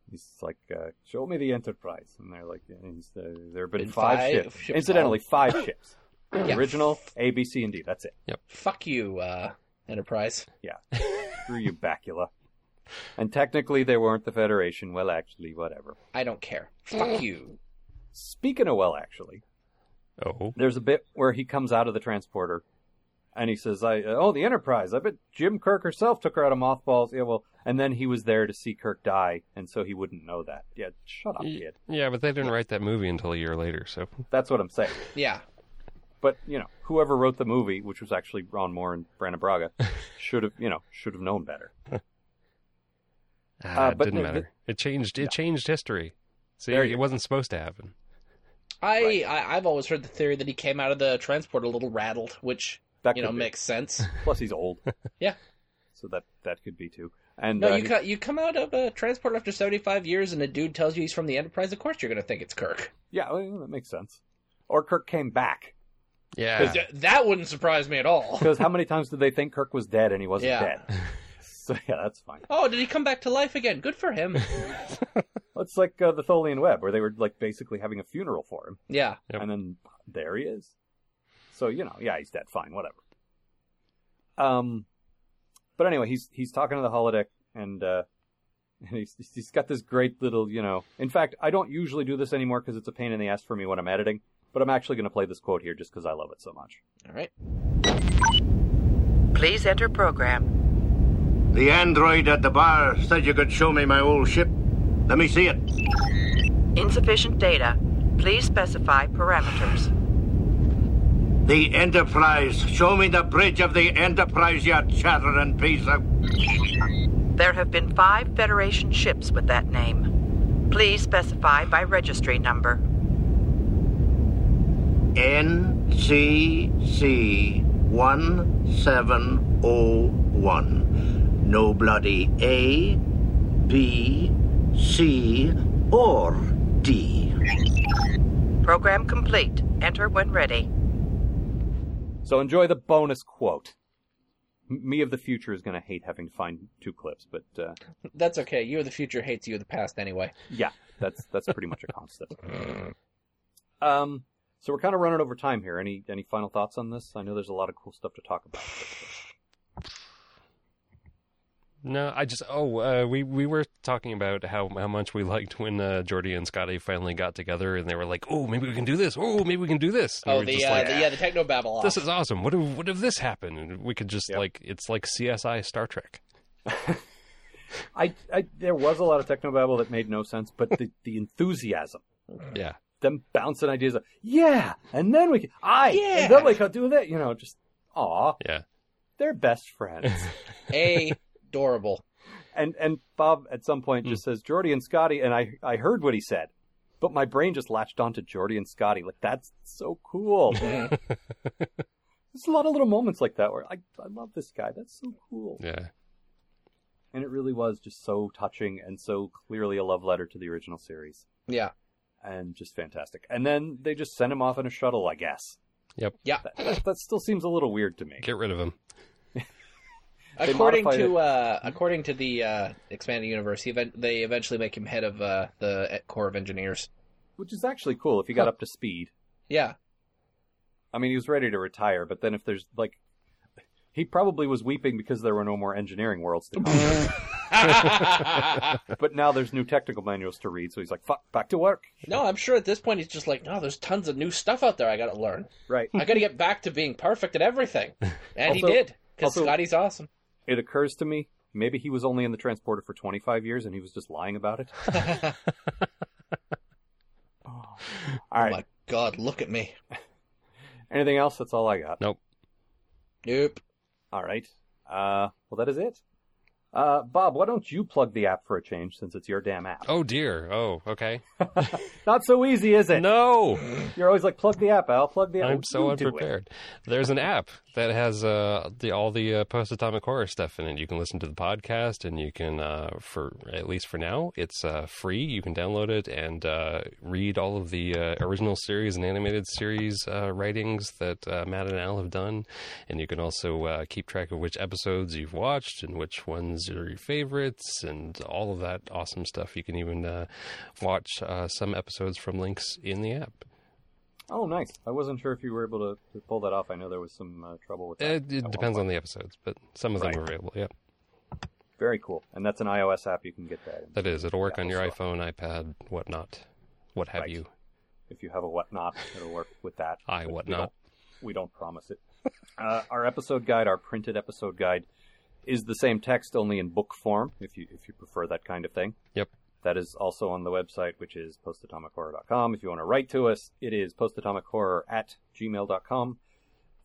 [SPEAKER 2] He's like, uh, "Show me the Enterprise," and they're like, yeah, he's, uh, "There have been
[SPEAKER 4] Been
[SPEAKER 2] five,
[SPEAKER 4] five
[SPEAKER 2] ships. Oh.
[SPEAKER 4] ships.
[SPEAKER 2] Incidentally, five ships.
[SPEAKER 4] Yeah.
[SPEAKER 2] Original A, B, C, and D. That's it.
[SPEAKER 4] Fuck you, uh, Enterprise.
[SPEAKER 2] Screw you, Bacula." And technically, they weren't the Federation. Well, actually, whatever.
[SPEAKER 4] I don't care. Fuck you.
[SPEAKER 2] Speaking of well, actually,
[SPEAKER 3] Oh.
[SPEAKER 2] there's a bit where he comes out of the transporter and he says, "I uh, oh the Enterprise. I bet Jim Kirk herself took her out of mothballs." Yeah, well, and then he was there to see Kirk die, and so he wouldn't know that. Yeah, shut up, kid.
[SPEAKER 3] Yeah, but they didn't write that movie until a year later, so
[SPEAKER 2] That's what I'm saying.
[SPEAKER 4] Yeah.
[SPEAKER 2] But you know, whoever wrote the movie, which was actually Ron Moore and Brandon Braga, should have you know should have known better.
[SPEAKER 3] ah,
[SPEAKER 2] Uh,
[SPEAKER 3] it
[SPEAKER 2] but
[SPEAKER 3] didn't
[SPEAKER 2] the-
[SPEAKER 3] matter. it changed. It changed history. See,
[SPEAKER 2] There
[SPEAKER 3] it
[SPEAKER 2] you go.
[SPEAKER 3] wasn't supposed to happen.
[SPEAKER 4] I, I I've always heard the theory that he came out of the transport a little rattled, which
[SPEAKER 2] That
[SPEAKER 4] you
[SPEAKER 2] could
[SPEAKER 4] know
[SPEAKER 2] be.
[SPEAKER 4] makes sense.
[SPEAKER 2] Plus, he's old,
[SPEAKER 4] Yeah.
[SPEAKER 2] so that that could be too. And
[SPEAKER 4] No,
[SPEAKER 2] uh,
[SPEAKER 4] you
[SPEAKER 2] he-
[SPEAKER 4] co- you come out of a transport after seventy five years, and a dude tells you he's from the Enterprise. Of course, you're going to think it's Kirk.
[SPEAKER 2] yeah, well, that makes sense. Or Kirk came back
[SPEAKER 3] Yeah,
[SPEAKER 4] Th- that wouldn't surprise me at all.
[SPEAKER 2] because how many times did they think Kirk was dead and he wasn't
[SPEAKER 4] Yeah.
[SPEAKER 2] dead? So yeah, that's fine.
[SPEAKER 4] Oh, did he come back to life again? Good for him.
[SPEAKER 2] It's like uh, the Tholian Web, where they were like basically having a funeral for him,
[SPEAKER 4] yeah.
[SPEAKER 3] Yep.
[SPEAKER 2] and then there he is. So you know, yeah, he's dead. Fine, whatever. Um, but anyway, he's he's talking to the holodeck, and uh, and he's he's got this great little, you know. In fact, I don't usually do this anymore because it's a pain in the ass for me when I'm editing. But I'm actually going to play this quote here just because I love it so much.
[SPEAKER 4] All right.
[SPEAKER 10] Please enter program.
[SPEAKER 8] The android at the bar said you could show me my old ship. Let me see it.
[SPEAKER 10] Insufficient data. Please specify parameters.
[SPEAKER 8] The Enterprise. Show me the bridge of the Enterprise, you chattering piece of.
[SPEAKER 10] There have been five Federation ships with that name. Please specify by registry number.
[SPEAKER 8] NCC 1701. No bloody A, B, C, or D.
[SPEAKER 10] Program complete. Enter when ready.
[SPEAKER 2] So enjoy the bonus quote. M- Me of the future is going to hate having to find two clips, but uh,
[SPEAKER 4] That's okay. You of the future hates you of the past anyway.
[SPEAKER 2] Yeah, that's that's pretty much a constant. Mm. Um, so we're kind of running over time here. Any any final thoughts on this? I know there's a lot of cool stuff to talk about.
[SPEAKER 3] No, I just oh uh, we we were talking about how how much we liked when uh, Jordy and Scotty finally got together and they were like, oh maybe we can do this, oh maybe we can do this. And we
[SPEAKER 4] Oh,
[SPEAKER 3] were
[SPEAKER 4] the,
[SPEAKER 3] just
[SPEAKER 4] uh,
[SPEAKER 3] like, "Ah,
[SPEAKER 4] the yeah, the techno babble.
[SPEAKER 3] this is awesome. What if what if this happened? And we could just like it's like CSI Star Trek.
[SPEAKER 2] I, I there was a lot of technobabble that made no sense, but the the enthusiasm,
[SPEAKER 3] Yeah,
[SPEAKER 2] them bouncing ideas. Of, yeah, and then we can, I
[SPEAKER 4] Yeah.
[SPEAKER 2] and then we could do that. You know, just aw,
[SPEAKER 3] yeah.
[SPEAKER 2] they're best friends.
[SPEAKER 4] adorable.
[SPEAKER 2] and and Bob at some point just says Jordy and Scotty, and I I heard what he said, but my brain just latched onto Jordy and Scotty. Like that's so cool. There's a lot of little moments like that where I I love this guy. That's so cool,
[SPEAKER 3] Yeah.
[SPEAKER 2] and it really was just so touching and so clearly a love letter to the original series,
[SPEAKER 4] Yeah.
[SPEAKER 2] and just fantastic. And then they just sent him off in a shuttle, I guess.
[SPEAKER 3] Yep.
[SPEAKER 4] Yeah.
[SPEAKER 2] That, that still seems a little weird to me.
[SPEAKER 3] Get rid of him.
[SPEAKER 2] They
[SPEAKER 4] according
[SPEAKER 2] modified
[SPEAKER 4] to uh, according to the uh, expanded universe, he event- they eventually make him head of uh, the Corps of Engineers.
[SPEAKER 2] Which is actually cool if he got up to speed.
[SPEAKER 4] Yeah,
[SPEAKER 2] I mean, he was ready to retire, but then if there's like, he probably was weeping because there were no more engineering worlds to conquer. but now there's new technical manuals to read, so he's like, "Fuck, back to work."
[SPEAKER 4] no, I'm sure at this point he's just like, no, there's tons of new stuff out there I got to learn.
[SPEAKER 2] Right.
[SPEAKER 4] I got to get back to being perfect at everything, and he
[SPEAKER 2] Also-
[SPEAKER 4] did because
[SPEAKER 2] also-
[SPEAKER 4] Scotty's awesome.
[SPEAKER 2] It occurs to me maybe he was only in the transporter for 25 years and he was just lying about it. Oh. All
[SPEAKER 4] Oh
[SPEAKER 2] right.
[SPEAKER 4] my God, look at me.
[SPEAKER 2] Anything else? That's all I got.
[SPEAKER 3] Nope.
[SPEAKER 4] Nope.
[SPEAKER 2] All right. Uh, well, that is it. Uh, Bob, why don't you plug the app for a change since it's your damn app?
[SPEAKER 3] Oh dear. Oh okay.
[SPEAKER 2] Not so easy, is it?
[SPEAKER 3] No.
[SPEAKER 2] You're always like, plug the app, Al. Plug the app.
[SPEAKER 3] I'm so
[SPEAKER 2] You do it.
[SPEAKER 3] unprepared. There's an app that has uh, the, all the uh, post atomic horror stuff in it. You can listen to the podcast, and you can, uh, for at least for now, it's uh, free. You can download it and uh, read all of the uh, original series and animated series uh, writings that uh, Matt and Al have done. And you can also uh, keep track of which episodes you've watched and which ones are your favorites and all of that awesome stuff. You can even uh, watch uh, some episodes from links in the app.
[SPEAKER 2] Oh, nice. I wasn't sure if you were able to, to pull that off. I know there was some uh, trouble with that.
[SPEAKER 3] It, it depends on the episodes, but some of them are available. Yeah,
[SPEAKER 2] Very cool. And that's an iOS app. You can get that in.
[SPEAKER 3] that is. It'll work on your iPhone, iPad, whatnot, what have
[SPEAKER 2] Right.
[SPEAKER 3] you.
[SPEAKER 2] if you have a whatnot. It'll work with that.
[SPEAKER 3] I
[SPEAKER 2] But we
[SPEAKER 3] whatnot.
[SPEAKER 2] don't- We don't promise it. uh, our episode guide, our printed episode guide, is the same text only in book form. If you if you prefer that kind of thing.
[SPEAKER 3] Yep.
[SPEAKER 2] That is also on the website, which is postatomichorror.com. If you want to write to us, it is postatomichorror at gmail.com.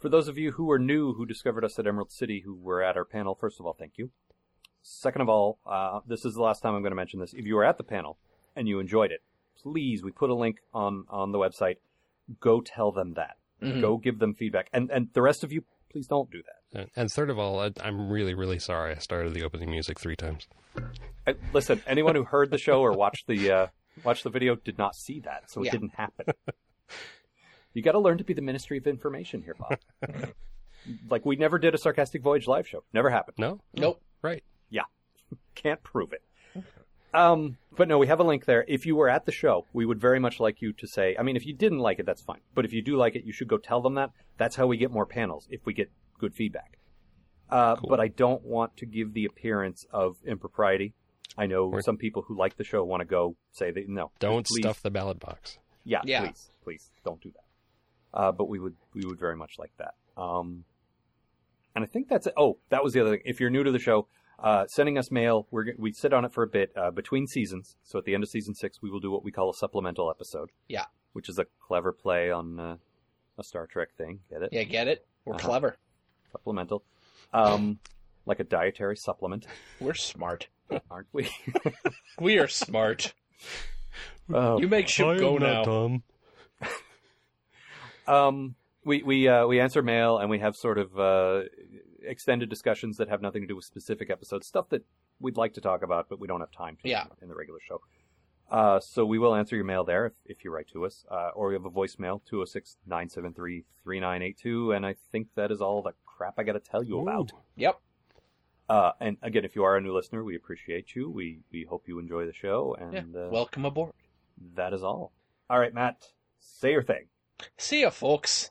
[SPEAKER 2] For those of you who are new, who discovered us at Emerald City, who were at our panel, first of all, thank you. Second of all, uh, this is the last time I'm going to mention this. If you were at the panel and you enjoyed it, please, we put a link on, on the website. Go tell them that.
[SPEAKER 3] Mhm.
[SPEAKER 2] Go give them feedback. And, and the rest of you, please don't do that.
[SPEAKER 3] And- And third of all, I, I'm really, really sorry I started the opening music three times.
[SPEAKER 2] I, listen, anyone who heard the show or watched the uh, watched the video did not see that, so it
[SPEAKER 3] Yeah.
[SPEAKER 2] didn't happen. You got to learn to be the Ministry of Information here, Bob. like we never did a sarcastic voyage live show. Never happened.
[SPEAKER 3] No.
[SPEAKER 4] Nope.
[SPEAKER 3] Right.
[SPEAKER 2] Yeah. Can't prove it. Um, but no, we have a link there. If you were at the show, we would very much like you to say. I mean, if you didn't like it, that's fine. But if you do like it, you should go tell them that. That's how we get more panels if we get good feedback. Uh, But I don't want to give the appearance of impropriety. I know some people who like the show want to go say that no.
[SPEAKER 3] Don't
[SPEAKER 2] please-
[SPEAKER 3] stuff the ballot box.
[SPEAKER 2] Yeah,
[SPEAKER 3] Yeah.
[SPEAKER 2] please, please don't do that. Uh, but we would we would very much like that. Um, and I think that's it. Oh, that was the other thing. If you're new to the show, uh, sending us mail, we're g- we sit on it for a bit uh, between seasons. So at the end of season six, we will do what we call a supplemental episode.
[SPEAKER 4] Yeah.
[SPEAKER 2] which is a clever play on uh, a Star Trek thing. Get it?
[SPEAKER 4] Yeah, get it? We're
[SPEAKER 2] Uh-huh.
[SPEAKER 4] clever.
[SPEAKER 2] Supplemental, um, like a dietary supplement,
[SPEAKER 4] We're smart.
[SPEAKER 2] aren't we?
[SPEAKER 4] We are smart.
[SPEAKER 2] Oh.
[SPEAKER 4] you make shit go now.
[SPEAKER 2] Um, we we uh, we answer mail and we have sort of uh, extended discussions that have nothing to do with specific episodes, stuff that we'd like to talk about, but we don't have time to
[SPEAKER 4] Yeah.
[SPEAKER 2] in the regular show. Uh, so we will answer your mail there if, if you write to us, uh, or you have a voicemail 206-973-3982, and I think that is all the crap I got to tell you about.
[SPEAKER 4] Yep.
[SPEAKER 2] Uh, and again, if you are a new listener, we appreciate you. We we hope you enjoy the show, and uh,
[SPEAKER 4] Welcome aboard.
[SPEAKER 2] that is all. All right, Matt, say your thing.
[SPEAKER 4] See ya, folks.